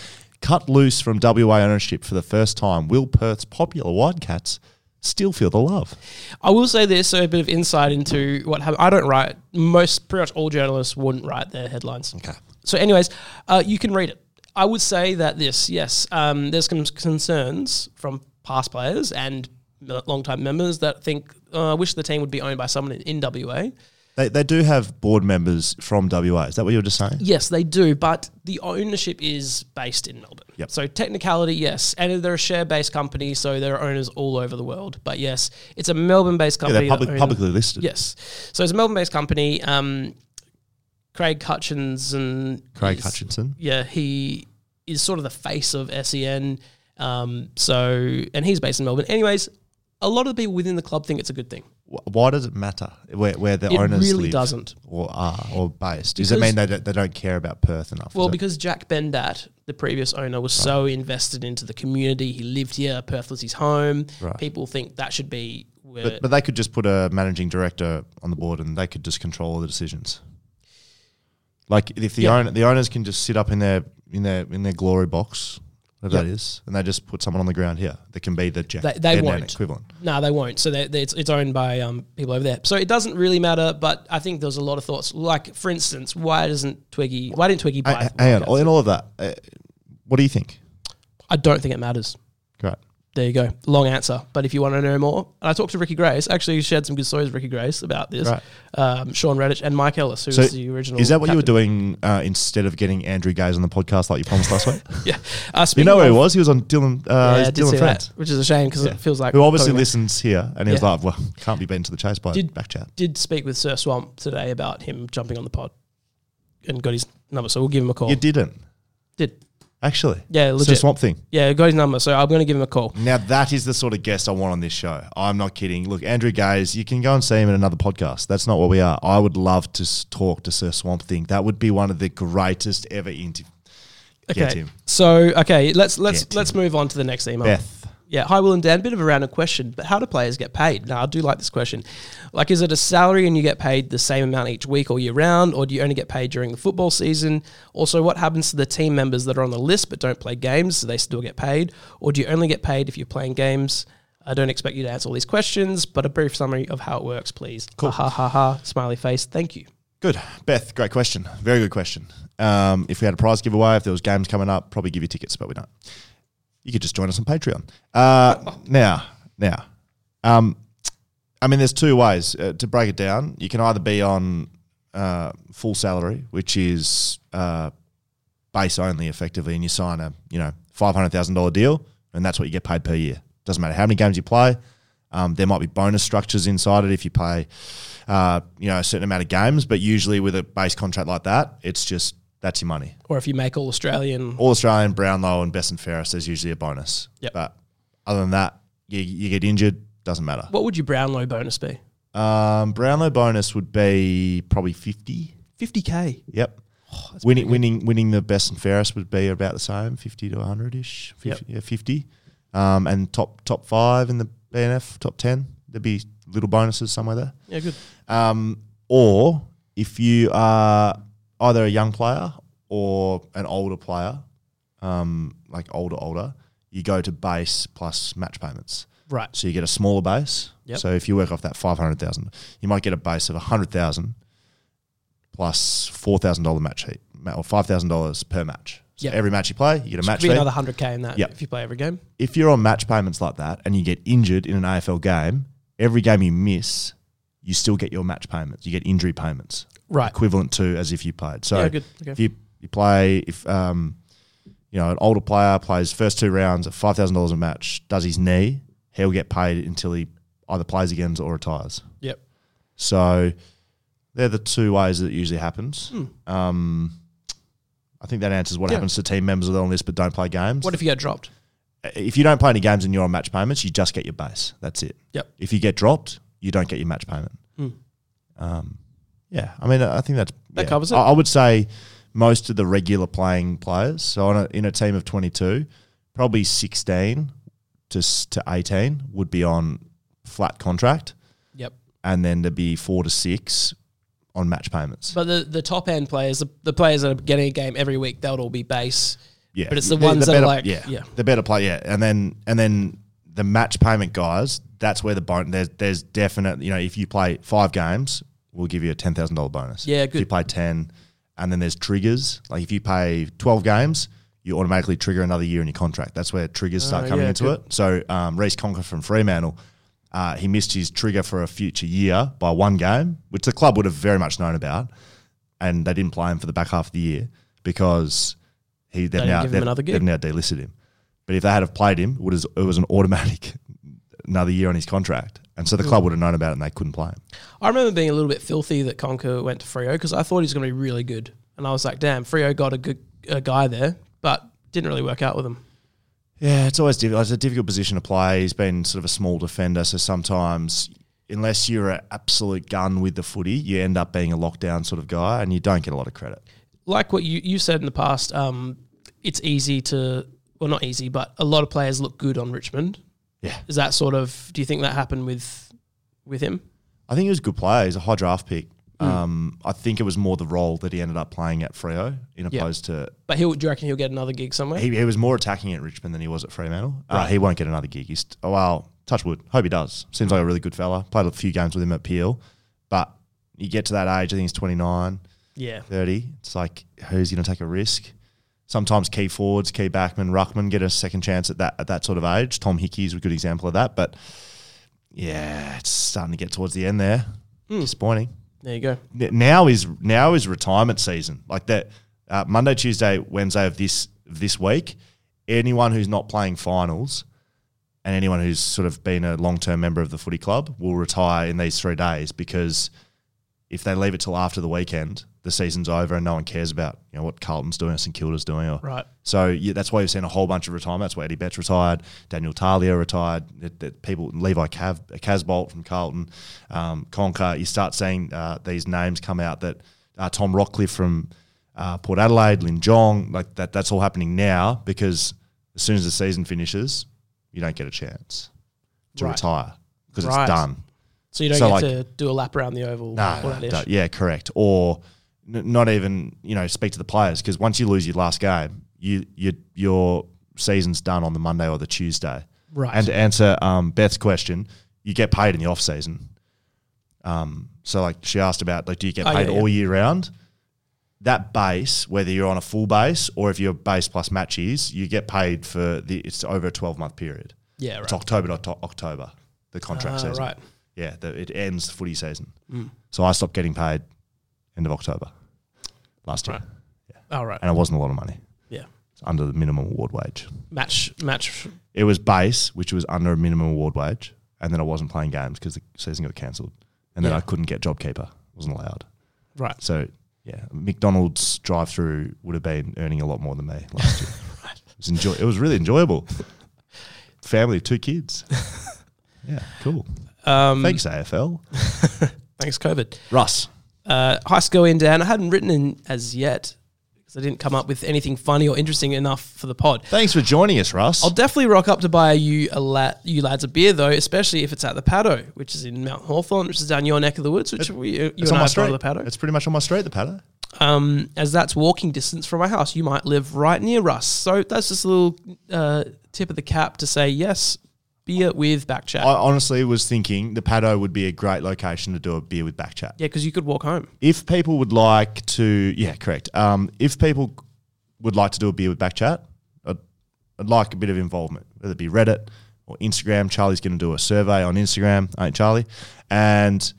D: Cut loose from WA ownership for the first time. Will Perth's popular Wildcats still feel the love?
E: I will say this, so a bit of insight into what happened. I don't write. Most, pretty much all journalists wouldn't write their headlines.
D: Okay.
E: So, anyways, uh, you can read it. I would say that this, yes, um, there's some concerns from past players and m- long-time members that think, uh, I wish the team would be owned by someone in, in WA.
D: They, they do have board members from WA. Is that what you were just saying?
E: Yes, they do, but the ownership is based in Melbourne.
D: Yep.
E: So technicality, yes, and they're a share-based company, so there are owners all over the world. But yes, it's a Melbourne-based
D: Yeah,
E: company.
D: they're
E: that
D: public,
E: own-
D: publicly listed.
E: Yes, so it's a Melbourne-based company. Um, Craig Hutchins and
D: Craig
E: is-
D: Hutchinson.
E: Yeah, he is sort of the face of SEN. Um, so and he's based in Melbourne. Anyways, a lot of the people within the club think it's a good thing.
D: Wh- Why does it matter where, where the
E: It
D: owners
E: really
D: live
E: doesn't.
D: or are or based? Does it
E: Because-
D: mean they don't, they don't care about Perth enough?
E: Well,
D: Is it-
E: because Jack Bendat, the previous owner, was so invested into the community, he lived here. Perth was his home.
D: Right.
E: People think that should be where.
D: but, but they could just put a managing director on the board and they could just control all the decisions. Like if the
E: Yeah.
D: owner, the owners can just sit up in their in their in their glory box, whatever that is, and they just put someone on the ground here that can be the Jack
E: They- they
D: Bendat
E: won't.
D: equivalent.
E: no, they won't. So they, they, it's, it's owned by um, people over there. So it doesn't really matter. But I think there's a lot of thoughts. Like, for instance, why doesn't Twiggy? Why didn't Twiggy buy?
D: Hang-
E: the
D: Hang
E: Wildcats?
D: on, in all of that, uh, what do you think?
E: I don't think it matters.
D: Great.
E: There you go. Long answer. But if you want to know more, and I talked to Ricky Grace. Actually, he shared some good stories with Ricky Grace about this.
D: Right.
E: Um, Sean Redditch and Mike Ellis, who's
D: So
E: the original.
D: Is that what you were
E: captain.
D: doing uh, instead of getting Andrew Gaze on the podcast like you promised last week?
E: Yeah. Uh,
D: you
E: speaking
D: know where he
E: of-
D: was? He was on Dylan. Uh,
E: Yeah,
D: his
E: I did see
D: Dylan Friends,
E: that, which is a shame because
D: Yeah.
E: it feels like
D: who obviously
E: probably-
D: listens here, and he was
E: Yeah.
D: like, "Well, can't be beaten to the chase by
E: Did-
D: back chat."
E: Did speak with Sir Swamp today about him jumping on the pod and got his number, so we'll give him a call.
D: You didn't
E: Did.
D: actually.
E: Oh. yeah,
D: It's a
E: legit.
D: swamp thing.
E: Yeah, got his number, so I'm going to give him a call.
D: Now that is the sort of guest I want on this show. I'm not kidding. Look, Andrew Gaze, you can go and see him in another podcast. That's not what we are. I would love to s- talk to Sir Swamp Thing. That would be one of the greatest ever interviews.
E: Okay,
D: Get him.
E: so okay, let's let's
D: Get
E: let's move on to the next email.
D: Beth.
E: Yeah, hi Will and Dan. Bit of a random question, but how do players get paid? Now I do like this question. Like, is it a salary and you get paid the same amount each week or year round, or do you only get paid during the football season? Also, what happens to the team members that are on the list but don't play games? Do they still get paid, or do you only get paid if you're playing games? I don't expect you to answer all these questions, but a brief summary of how it works, please. Cool. Ha ha ha! ha. Smiley face. Thank you.
D: Good. Beth, great question. Very good question. Um, if we had a prize giveaway, if there was games coming up, probably give you tickets, but we don't. You could just join us on Patreon. Uh, now, now, um, I mean, there's two ways uh, to break it down. You can either be on uh, full salary, which is uh, base only, effectively, and you sign a you know five hundred thousand dollar deal, and that's what you get paid per year. Doesn't matter how many games you play. Um, there might be bonus structures inside it if you play uh, you know, a certain amount of games, but usually with a base contract like that, it's just that's your money.
E: Or if you make all Australian,
D: All Australian, Brownlow, and best and fairest is usually a bonus.
E: Yep.
D: But other than that, you, you get injured, doesn't matter.
E: what would your Brownlow bonus be?
D: Um, Brownlow bonus would be probably fifty.
E: Fifty k.
D: Yep.
E: Oh,
D: winning, winning, winning the best and fairest would be about the same, fifty to hundred ish.
E: Yep.
D: Yeah, fifty. Um, and top top five in the BNF, top ten. There'd be little bonuses somewhere there.
E: Yeah, good.
D: Um, or if you are either a young player or an older player, um, like older, older, you go to base plus match payments.
E: Right.
D: So you get a smaller base.
E: Yep.
D: So if you work off that 500,000, you might get a base of 100,000 plus $4,000 match heat ma- or $5,000 per match. So
E: Yep.
D: every match you play, you get a match
E: Could be
D: fee
E: another hundred k in that
D: Yeah.
E: if you play every game.
D: if you're on match payments like that and you get injured in an AFL game, every game you miss, you still get your match payments. You get injury payments,
E: Right.
D: equivalent to as if you played. So
E: Yeah, good. Okay.
D: if you, you play, if um, you know an older player plays first two rounds at five thousand dollars a match, does his knee, he'll get paid until he either plays again or retires.
E: Yep.
D: So they're the two ways that it usually happens. Um, I think that answers what
E: Hmm. Yeah.
D: happens to team members that are on the list but don't play games
E: What if you get dropped?
D: if you don't play any games and you're on match payments, you just get your base. That's it.
E: Yep.
D: If you get dropped, you don't get your match payment.
E: Mm.
D: Um, yeah, I mean, I think that's
E: That
D: yeah.
E: covers it.
D: I, I would say most of the regular playing players, so on a, in a team of 22, probably 16 to s- to 18 would be on flat contract,
E: Yep.
D: and then there'd be four to six on match payments.
E: But the, the top end players, the, the players that are getting a game every week, that would all be base.
D: Yeah,
E: But it's the ones that are
D: better,
E: like-
D: yeah,
E: yeah.
D: the better play, yeah, and then and then the match payment guys. That's where the bonus. There's there's definite. You know, if you play five games, we'll give you a ten thousand dollar bonus.
E: Yeah,
D: If you
E: good.
D: play ten, And then there's triggers. Like if you pay 12 games, you automatically trigger another year in your contract. That's where triggers start coming
E: Oh, yeah,
D: into
E: good.
D: it. So um, Reese Conker from Fremantle, uh, he missed his trigger for a future year by one game, which the club would have very much known about. And they didn't play him for the back half of the year because he they've
E: didn't
D: now
E: give him
D: they've,
E: another gig.
D: they've now delisted him. But if they had have played him, it, would have, it was an automatic another year on his contract. And so the club would have known about it and they couldn't play him.
E: I remember being a little bit filthy that Conker went to Frio because I thought he was going to be really good, and I was like, damn, Frio got a good a guy there, but didn't really work out with him.
D: Yeah, it's always difficult. It's a difficult position to play. He's been sort of a small defender, so sometimes, unless you're an absolute gun with the footy, you end up being a lockdown sort of guy, and you don't get a lot of credit.
E: Like what you you said in the past, um, it's easy to well not easy, but a lot of players look good on Richmond.
D: Yeah.
E: Is that sort of? Do you think that happened with with him?
D: I think he was a good player. He's a high draft pick. Um, I think it was more the role that he ended up playing at Freo, in
E: Yeah.
D: opposed to
E: But he'll do you reckon he'll get another gig somewhere?
D: he, he was more attacking at Richmond than he was at Fremantle. Uh, he won't get another gig. He's oh, well, touch wood. Hope he does. Seems like a really good fella. Played a few games with him at Peel, but you get to that age. I think he's twenty nine.
E: yeah.
D: 30. It's like, who's going to take a risk? Sometimes key forwards, key backmen, ruckman get a second chance at that at that sort of age. Tom Hickey is a good example of that. But yeah, it's starting to get towards the end there. Disappointing.
E: There you go.
D: N- Now is now is retirement season. Like that uh, Monday, Tuesday, Wednesday of this of this week. Anyone who's not playing finals and anyone who's sort of been a long term member of the footy club will retire in these three days because if they leave it till after the weekend, the season's over and no one cares about you know what Carlton's doing or St Kilda's doing. Or,
E: Right.
D: So yeah, that's why you've seen a whole bunch of retirement. That's why Eddie Betts retired, Daniel Talia retired, that, that people Levi Cav, Casbolt from Carlton, um, Conker. You start seeing uh, these names come out that uh, Tom Rockcliffe from uh, Port Adelaide, Lin Jong, like that. That's all happening now because as soon as the season finishes, you don't get a chance to
E: Right.
D: retire because
E: Right.
D: it's done.
E: So you don't
D: So,
E: get
D: like-
E: to do a lap around the oval.
D: No,
E: all
D: no,
E: that ish.
D: don't- yeah, correct. Or n- not even you know speak to the players because once you lose your last game, you, you your season's done on the Monday or the Tuesday.
E: Right.
D: And to answer um, Beth's question, you get paid in the off season. Um, so like she asked about like, do you get
E: Oh,
D: paid
E: yeah, yeah.
D: all year round? That base, whether you're on a full base or if you're base plus matches, you get paid for the it's over a twelve month period.
E: Yeah, right.
D: It's October to Oct- October, the contract
E: Ah,
D: season.
E: right.
D: Yeah, the, it ends the footy season.
E: Mm.
D: So I stopped getting paid end of October last year,
E: Right. All right.
D: and it wasn't a lot of money.
E: Yeah.
D: It's under the minimum award wage.
E: Match match
D: It was base, which was under a minimum award wage, and then I wasn't playing games because the season got cancelled, and then
E: Yeah.
D: I couldn't get JobKeeper. wasn't allowed.
E: right.
D: So yeah, McDonald's drive-through would have been earning a lot more than me last year. it, was enjoy- it was really enjoyable. Family of two kids. yeah, cool.
E: Um,
D: Thanks AFL.
E: Thanks, COVID.
D: Russ.
E: Uh, high school in down. I hadn't written in as yet because I didn't come up with anything funny or interesting enough for the pod.
D: Thanks for joining us, Russ.
E: I'll definitely rock up to buy you a la- you lads a beer though, especially if it's at the Paddo, which is in Mount Hawthorn, which is down your neck of the woods, which we, you and I have gone to the Paddo.
D: It's pretty much on my street, the paddo.
E: um, as that's walking distance from my house. You might live right near us. So that's just a little uh, tip of the cap to say yes, beer with back chat.
D: I honestly was thinking the paddo would be a great location to do a beer with back chat.
E: yeah, because you could walk home.
D: If people would like to, yeah, correct. Um, if people would like to do a beer with back chat, I'd, I'd like a bit of involvement, whether it be Reddit or Instagram. Charlie's going to do a survey on Instagram, ain't Charlie? And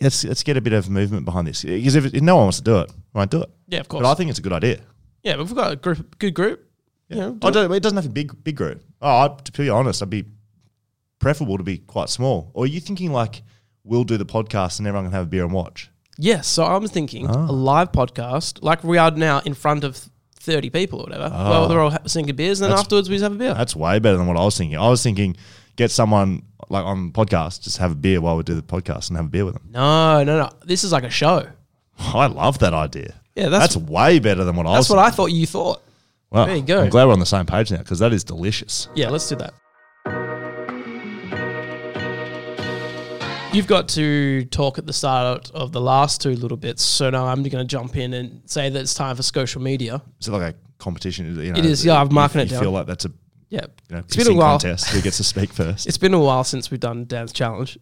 D: let's let's get a bit of movement behind this because if, if no one wants to do it, we won't do it.
E: Yeah, of course.
D: But I think it's a good idea.
E: yeah, but we've got a group, good group. Yeah, do
D: I don't, it doesn't have to be big, big group. Oh, I, to be honest, I'd be preferable to be quite small. Or are you thinking like we'll do the podcast and everyone can have a beer and watch?
E: Yes, so I'm thinking
D: Ah.
E: a live podcast, like we are now in front of 30 people or whatever. Well, they're all ha- singing beers, and then
D: Ah. That's-
E: afterwards we just have a beer.
D: That's way better than what I was thinking. I was thinking get someone like on the podcast, just have a beer while we do the podcast and have a beer with them.
E: No, no, no. This is like a show.
D: I love that idea.
E: Yeah, that's-
D: that's way better than what I was.
E: That's what I thought you thought.
D: Wow,
E: there you go.
D: I'm glad we're on the same page now because that is delicious.
E: Yeah, let's do that. You've got to talk at the start of the last two little bits, so now I'm going to jump in and say that it's time for social media.
D: Is it like a competition? You know,
E: It is, yeah, I'm
D: you-
E: marking it
D: You
E: down.
D: feel like that's a you
E: Yeah,
D: know
E: it's been a
D: pissing
E: while.
D: contest who gets to speak first.
E: It's been a while since we've done Dan's challenge.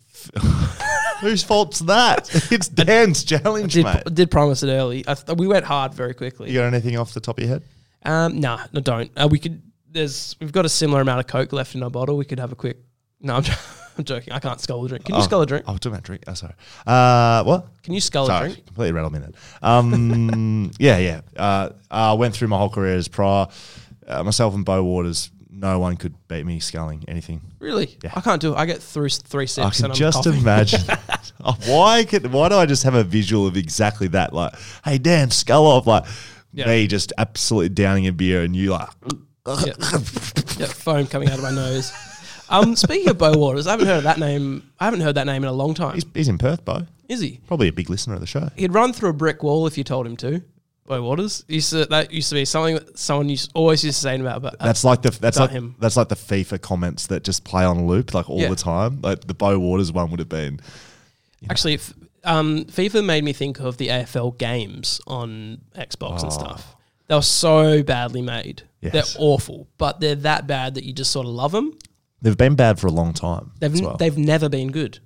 D: Whose fault's that? It's Dan's challenge,
E: Did,
D: mate.
E: did promise it early. I th- we went hard very quickly.
D: You got anything off the top of your head?
E: Um, nah, no, don't. Uh, we could. There's. We've got a similar amount of Coke left in our bottle. We could have a quick. No, I'm, jo- I'm joking. I can't skull a drink. Can you
D: oh,
E: skull a drink?
D: Oh, do a drink. Oh, sorry. Uh, what?
E: Can you skull a
D: Sorry,
E: drink?
D: completely rattled me then. Um, yeah, yeah. Uh, I went through my whole career as prior. Uh, myself and Bo Waters, no one could beat me sculling anything.
E: Really? I can't do it. I get through s- three sips.
D: I can
E: and I'm
D: just
E: coughing.
D: imagine. Oh, why could, Why do I just have a visual of exactly that? Like, hey, Dan, skull off. Like, me just absolutely downing a beer and you like,
E: Yeah. yeah, foam coming out of my nose. Um, speaking of Bo Waters, I haven't heard of that name. I haven't heard that name in a long time.
D: he's, he's in Perth, Bo.
E: Is he?
D: Probably a big listener of the show.
E: He'd run through a brick wall if you told him to. Bo Waters used to, that used to be something that someone used always used to say about. But
D: That's like the that's
E: Uh, about
D: like
E: him.
D: that's like the FIFA comments that just play on loop like all
E: Yeah.
D: the time. Like the Bo Waters one would have been.
E: Actually, if, um, FIFA made me think of the AFL games on Xbox
D: Oh.
E: and stuff. They were so badly made.
D: Yes.
E: They're awful, but they're that bad that you just sort of love them.
D: They've been bad for a long time.
E: They've
D: as
E: n-
D: well. Uh,
E: they've never been good.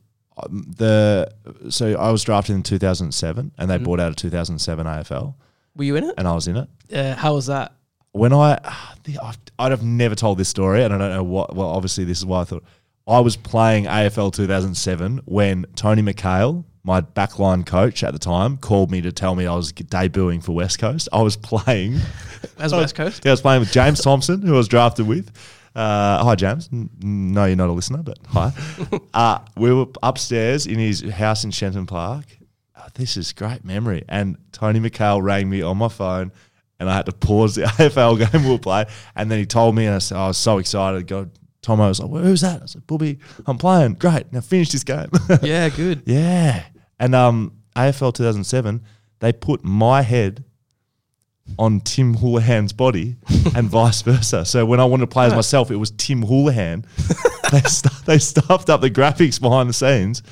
D: the so I was drafted in 2007 and they
E: Mm.
D: brought out a 2007 AFL
E: Were you in it?
D: and I was in it.
E: Uh, how was that?
D: When I ah, the- I've- I'd have never told this story and I don't know what well obviously this is why I thought I was playing AFL 2007 when Tony McHale my backline coach at the time called me to tell me I was debuting for West Coast. I was playing Oh,
E: As West Coast,
D: Yeah, I was playing with James Thompson, who I was drafted with. Uh, hi, James. N- No, you're not a listener, but hi. uh, we were upstairs in his house in Shenton Park. Oh, this is great memory. And Tony McHale rang me on my phone, and I had to pause the AFL game we were playing. And then he told me, and I, said, I was so excited. God, Tomo was like, "Well, "Who's that?" I said, "Booby, I'm playing. Great. Now finish this game."
E: yeah, good.
D: Yeah. And um, AFL 2007, they put my head on Tim Houlihan's body and vice versa. So when I wanted to play as myself, it was Tim Houlihan. they, st- they stuffed up the graphics behind the scenes.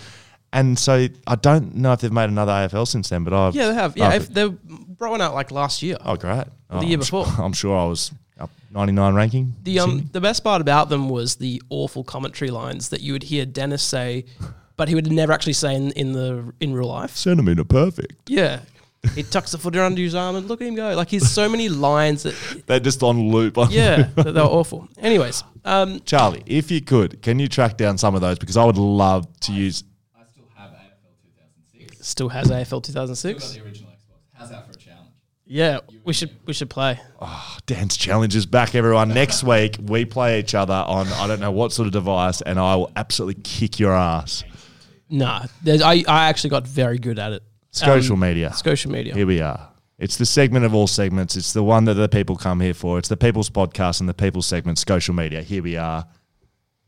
D: And so I don't know if they've made another AFL since then, but I've.
E: Yeah, they have. Yeah,
D: I've-
E: if they brought one out like last year.
D: oh, great. Oh,
E: year
D: I'm su-
E: before.
D: I'm sure I was up 99 ranking.
E: The um the best part about them was the awful commentary lines that you would hear Dennis say, but he would never actually say in, in the in real life.
D: Centimeter perfect.
E: Yeah. He tucks the footer under his arm and look at him go. Like he's so many lines that
D: They're just on loop. on
E: yeah, that they were awful. Anyways, um,
D: Charlie, if you could, can you track down some of those? Because I would love to use.
E: still has AFL 2006. Yeah, we should we should play.
D: Dan's challenge is back, everyone. Next week, we play each other on I don't know what sort of device, and I will absolutely kick your ass.
E: Nah, there's, I I actually got very good at it. Um,
D: Social media.
E: Social media.
D: Here we are. It's the segment of all segments. It's the one that the people come here for. It's the people's podcast and the people's segment, social media. Here we are.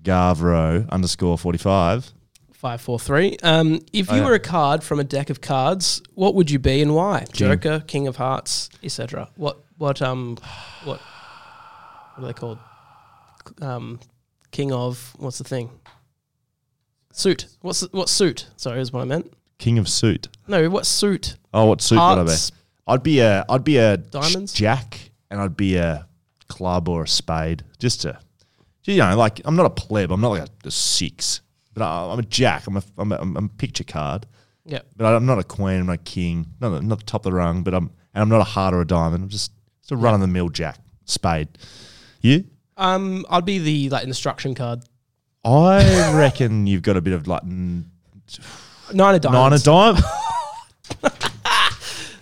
D: Garvro underscore 45.
E: Five, four, three. Um, if you were a card from a deck of cards, what would you be and why? Joker, King of Hearts, etc. What what um what what are they called? Um, King of what's the thing? Suit. What's the, what suit? Sorry, is what I meant.
D: King of suit.
E: No, what suit?
D: Oh, what suit would I be?
E: Hearts.
D: I'd be a I'd be a
E: Diamonds?
D: jack and I'd be a club or a spade. Just to you know, like I'm not a pleb, I'm not like a, a six. But I, I'm a jack. I'm a I'm a, I'm a picture card.
E: Yeah,
D: But I'm not a queen, I'm not a king, not the- not the top of the rung, but I'm and I'm not a heart or a diamond. I'm just just a run of the mill jack, spade. You?
E: Um, I'd be the like instruction card.
D: I reckon you've got a bit of like mm,
E: Nine of
D: nine a
E: diamonds.
D: dime.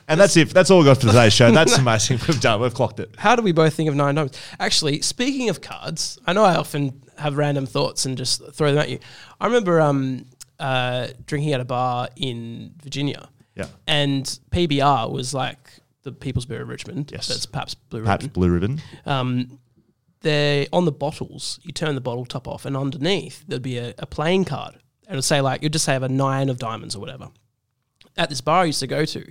D: and that's it. That's all we've got for today's show. That's amazing. We've done. We've clocked it.
E: How do we both think of nine diamonds? Actually, speaking of cards, I know I often have random thoughts and just throw them at you. I remember um, uh, drinking at a bar in Virginia.
D: Yeah.
E: And PBR was like the People's Beer of Richmond.
D: Yes.
E: That's perhaps Blue
D: Perhaps
E: Ribbon.
D: blue ribbon.
E: Um, they on the bottles. You turn the bottle top off, and underneath there'd be a, a playing card. It'll say like you'll just have a nine of diamonds or whatever. At this bar I used to go to,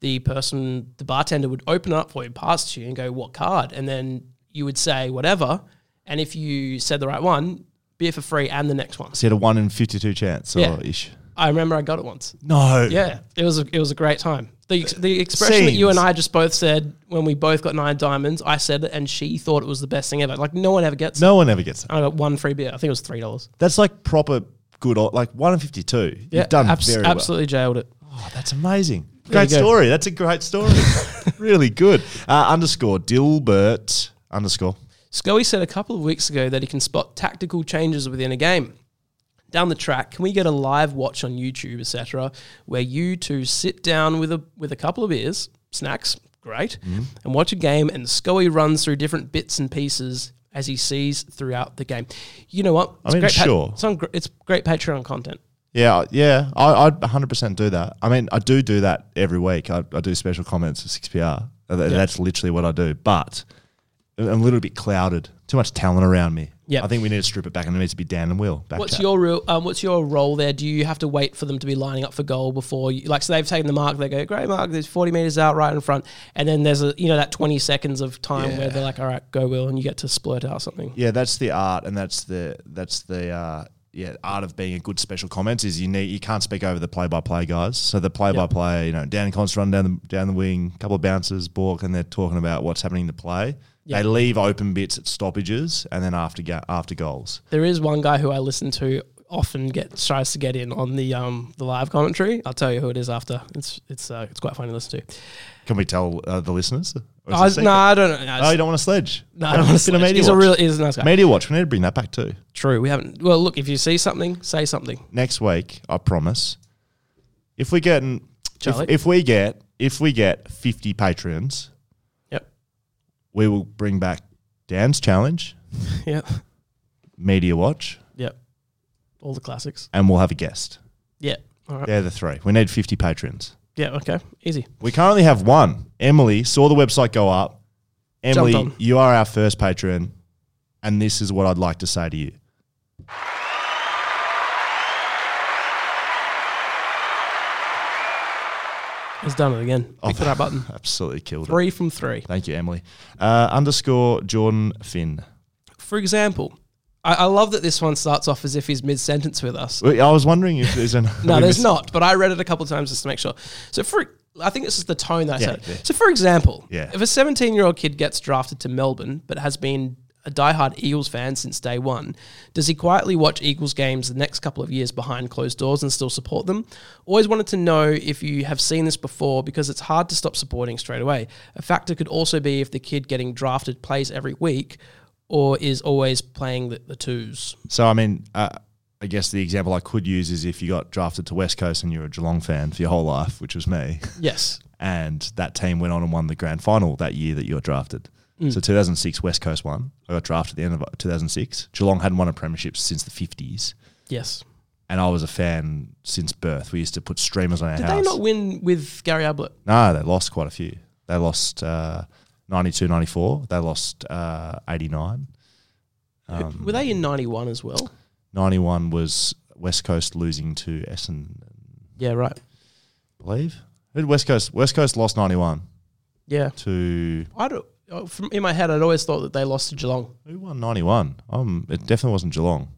E: the person, the bartender would open it up for you, pass it to you, and go, "What card?" And then you would say whatever, and if you said the right one, beer for free and the next one.
D: So you had a one in fifty-two chance, or
E: Yeah.
D: ish.
E: I remember I got it once.
D: No.
E: Yeah, it was a, it was a great time. The, ex- the expression that you
D: Scenes.
E: and I just both said when we both got nine diamonds, I said it, and she thought it was the best thing ever. Like no one ever gets. it.
D: No one ever gets that.
E: I got one free beer. I think it was three dollars.
D: That's like proper good. o- Like one in fifty-two. You've done
E: abs-
D: very well.
E: absolutely jailed it.
D: Oh, that's amazing.
E: There you
D: Great
E: go.
D: story. That's a great story. really good. Uh, underscore Dilbert underscore.
E: Scully said a couple of weeks ago that he can spot tactical changes within a game. Down the track, can we get a live watch on YouTube, etc., where you two sit down with a with a couple of beers, snacks, great,
D: Mm-hmm.
E: and watch a game, and Scully runs through different bits and pieces as he sees throughout the game. You know what?
D: I mean,
E: great
D: sure.
E: it's, on, gr- it's great Patreon content.
D: Yeah, yeah. I, I'd 100% do that. I mean, I do do that every week. I, I do special comments for 6PR. Uh, th- That's literally what I do. But I'm a little bit clouded. Too much talent around me.
E: Yep.
D: I think we need to strip it back and it needs to be Dan and Will. Back
E: What's
D: chat.
E: your real, um, What's your role there? Do you have to wait for them to be lining up for goal before you like? So they've taken the mark. They go, great mark. There's 40 meters out, right in front, and then there's a you know that 20 seconds of time where they're like, all right, go Will, and you get to splurt out something.
D: Yeah, that's the art, and that's the that's the uh, yeah art of being a good special comments is you need you can't speak over the play by play guys. So the play by play, you know, Dan Const run down the down the wing, couple of bounces, Bork, and they're talking about what's happening in the play. They leave open bits at stoppages and then after ga- after goals.
E: There is one guy who I listen to often get tries to get in on the um the live commentary. I'll tell you who it is after. It's it's uh, it's quite funny to listen to.
D: Can we tell uh, the listeners? Or is it
E: I was-
D: secret?
E: no, I don't know. No,
D: Oh, you don't want to sledge?
E: no, I don't want
D: It's
E: to.
D: been a
E: sledge.
D: media
E: He's a
D: watch.
E: real. He's a nice guy.
D: media watch. We need to bring that back too.
E: True. We haven't. Well, look. If you see something, say something.
D: next week, I promise. If we get if,
E: Charlie?
D: if we get if we get fifty patrons,
E: Yep.
D: we will bring back Dan's challenge,
E: Yeah.
D: Media Watch,
E: Yep. All the classics.
D: and we'll have a guest.
E: Yeah. All right.
D: They're the three. We need fifty patrons.
E: Yeah, okay. Easy.
D: We currently have one. Emily saw the website go up. Emily,
E: on.
D: you are our first patron, and this is what I'd like to say to you.
E: He's done it again. Click
D: I've
E: the right button.
D: Absolutely killed it.
E: Three from three.
D: Thank you, Emily. Uh, underscore Jordan Finn.
E: For example, I, I love that this one starts off as if he's mid sentence with us.
D: Wait, I was wondering if there's an
E: No,
D: we
E: there's
D: missed-
E: not, but I read it a couple of times just to make sure. So for I think this is the tone that I
D: Yeah,
E: said.
D: yeah.
E: So for example,
D: Yeah.
E: if a 17 year old kid gets drafted to Melbourne but has been a diehard Eagles fan since day one, does he quietly watch Eagles games the next couple of years behind closed doors and still support them? Always wanted to know if you have seen this before because it's hard to stop supporting straight away. A factor could also be if the kid getting drafted plays every week or is always playing the, the twos.
D: So I mean, uh, I guess the example I could use is if you got drafted to West Coast and you're a Geelong fan for your whole life, which was me,
E: Yes.
D: and that team went on and won the grand final that year that you were drafted.
E: Mm.
D: So 2006 West Coast won. I got drafted at the end of 2006. Geelong hadn't won a premiership since the 50s,
E: Yes.
D: and I was a fan since birth. We used to put streamers on our
E: Did
D: house.
E: they not win with Gary Ablett?
D: No, they lost quite a few. They lost uh, 92, 94. They lost uh, 89.
E: Were they in 91 as well?
D: 91 was West Coast losing to Essendon.
E: Yeah, right.
D: believe. Who did West Coast? West Coast lost 91
E: Yeah.
D: to.
E: I don't, uh, from, in my head, I'd always thought that they lost to Geelong.
D: Who won 91? Um, it definitely wasn't Geelong.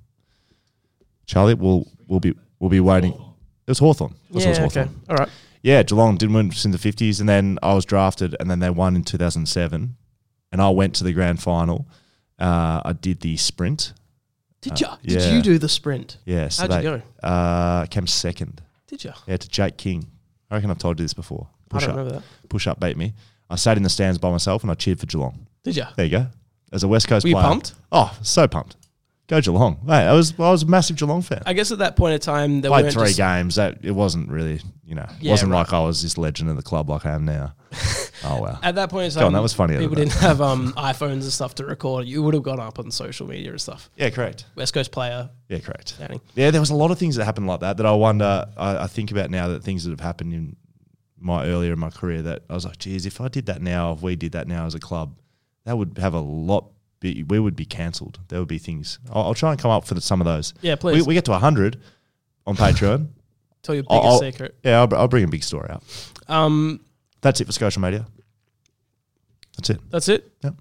D: Charlie, we'll, we'll, be, we'll be waiting. It was Hawthorn.
E: yeah, okay. All right.
D: Yeah, Geelong didn't win since the 50s. And then I was drafted, and then they won in 2007. And I went to the grand final. Uh, I did the sprint.
E: Did you?
D: Uh, yeah.
E: Did you do the sprint?
D: Yeah, so
E: How'd you
D: they- Uh, came second.
E: Did you?
D: Yeah, to Jake King. I reckon I've told you this before. Push
E: I
D: up.
E: don't remember that.
D: Push up beat me. I sat in the stands by myself and I cheered for Geelong.
E: Did you?
D: There you go. As a West Coast
E: Were you
D: player.
E: pumped?
D: Oh, so pumped. Go Geelong. Mate, I was I was a massive Geelong fan.
E: I guess at that point in time, there
D: Played
E: weren't
D: three
E: just,
D: games. That it wasn't really, you know, it
E: Yeah,
D: wasn't
E: right.
D: like I was this legend of the club like I am now. oh wow.
E: At that point in time,
D: Go on, that was funny,
E: people
D: wasn't it?
E: didn't have um, iPhones and stuff to record. You would have gone up on social media and stuff.
D: Yeah, correct.
E: West Coast player.
D: Yeah, correct.
E: Downing.
D: Yeah, there was a lot of things that happened like that that I wonder. I, I think about now that things that have happened in my earlier in my career that I was like, geez, if I did that now, if we did that now as a club, that would have a lot. Be, we would be cancelled. There would be things. I'll, I'll try and come up for the, some of those.
E: Yeah,
D: We,
E: please.
D: we get to hundred on Patreon.
E: Tell your biggest
D: I'll- I'll-
E: secret.
D: Yeah, I'll, br- I'll bring a big story out.
E: Um,
D: That's it for Scotia Media. That's it.
E: that's it.
D: Yep.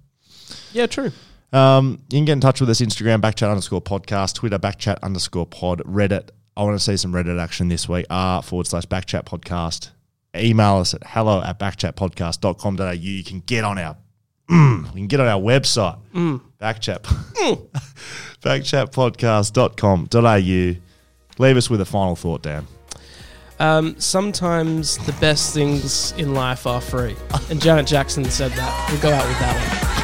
E: Yeah, true.
D: Um, you can get in touch with us Instagram, backchat underscore podcast, Twitter, backchat underscore pod, Reddit. I want to see some Reddit action this week. R forward slash backchat podcast. Email us at hello at backchatpodcast.com.au. You can get on our mm, we can get on our website. Backchat. backchatpodcast.com.au. Leave us with a final thought, Dan.
E: Um, sometimes the best things in life are free. And Janet Jackson said that. We'll go out with that one.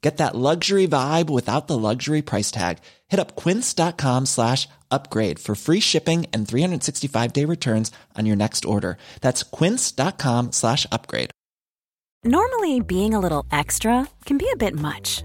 F: Get that luxury vibe without the luxury price tag. Hit up quince.com slash upgrade for free shipping and 365-day returns on your next order. That's quince.com slash upgrade.
C: Normally, being a little extra can be a bit much,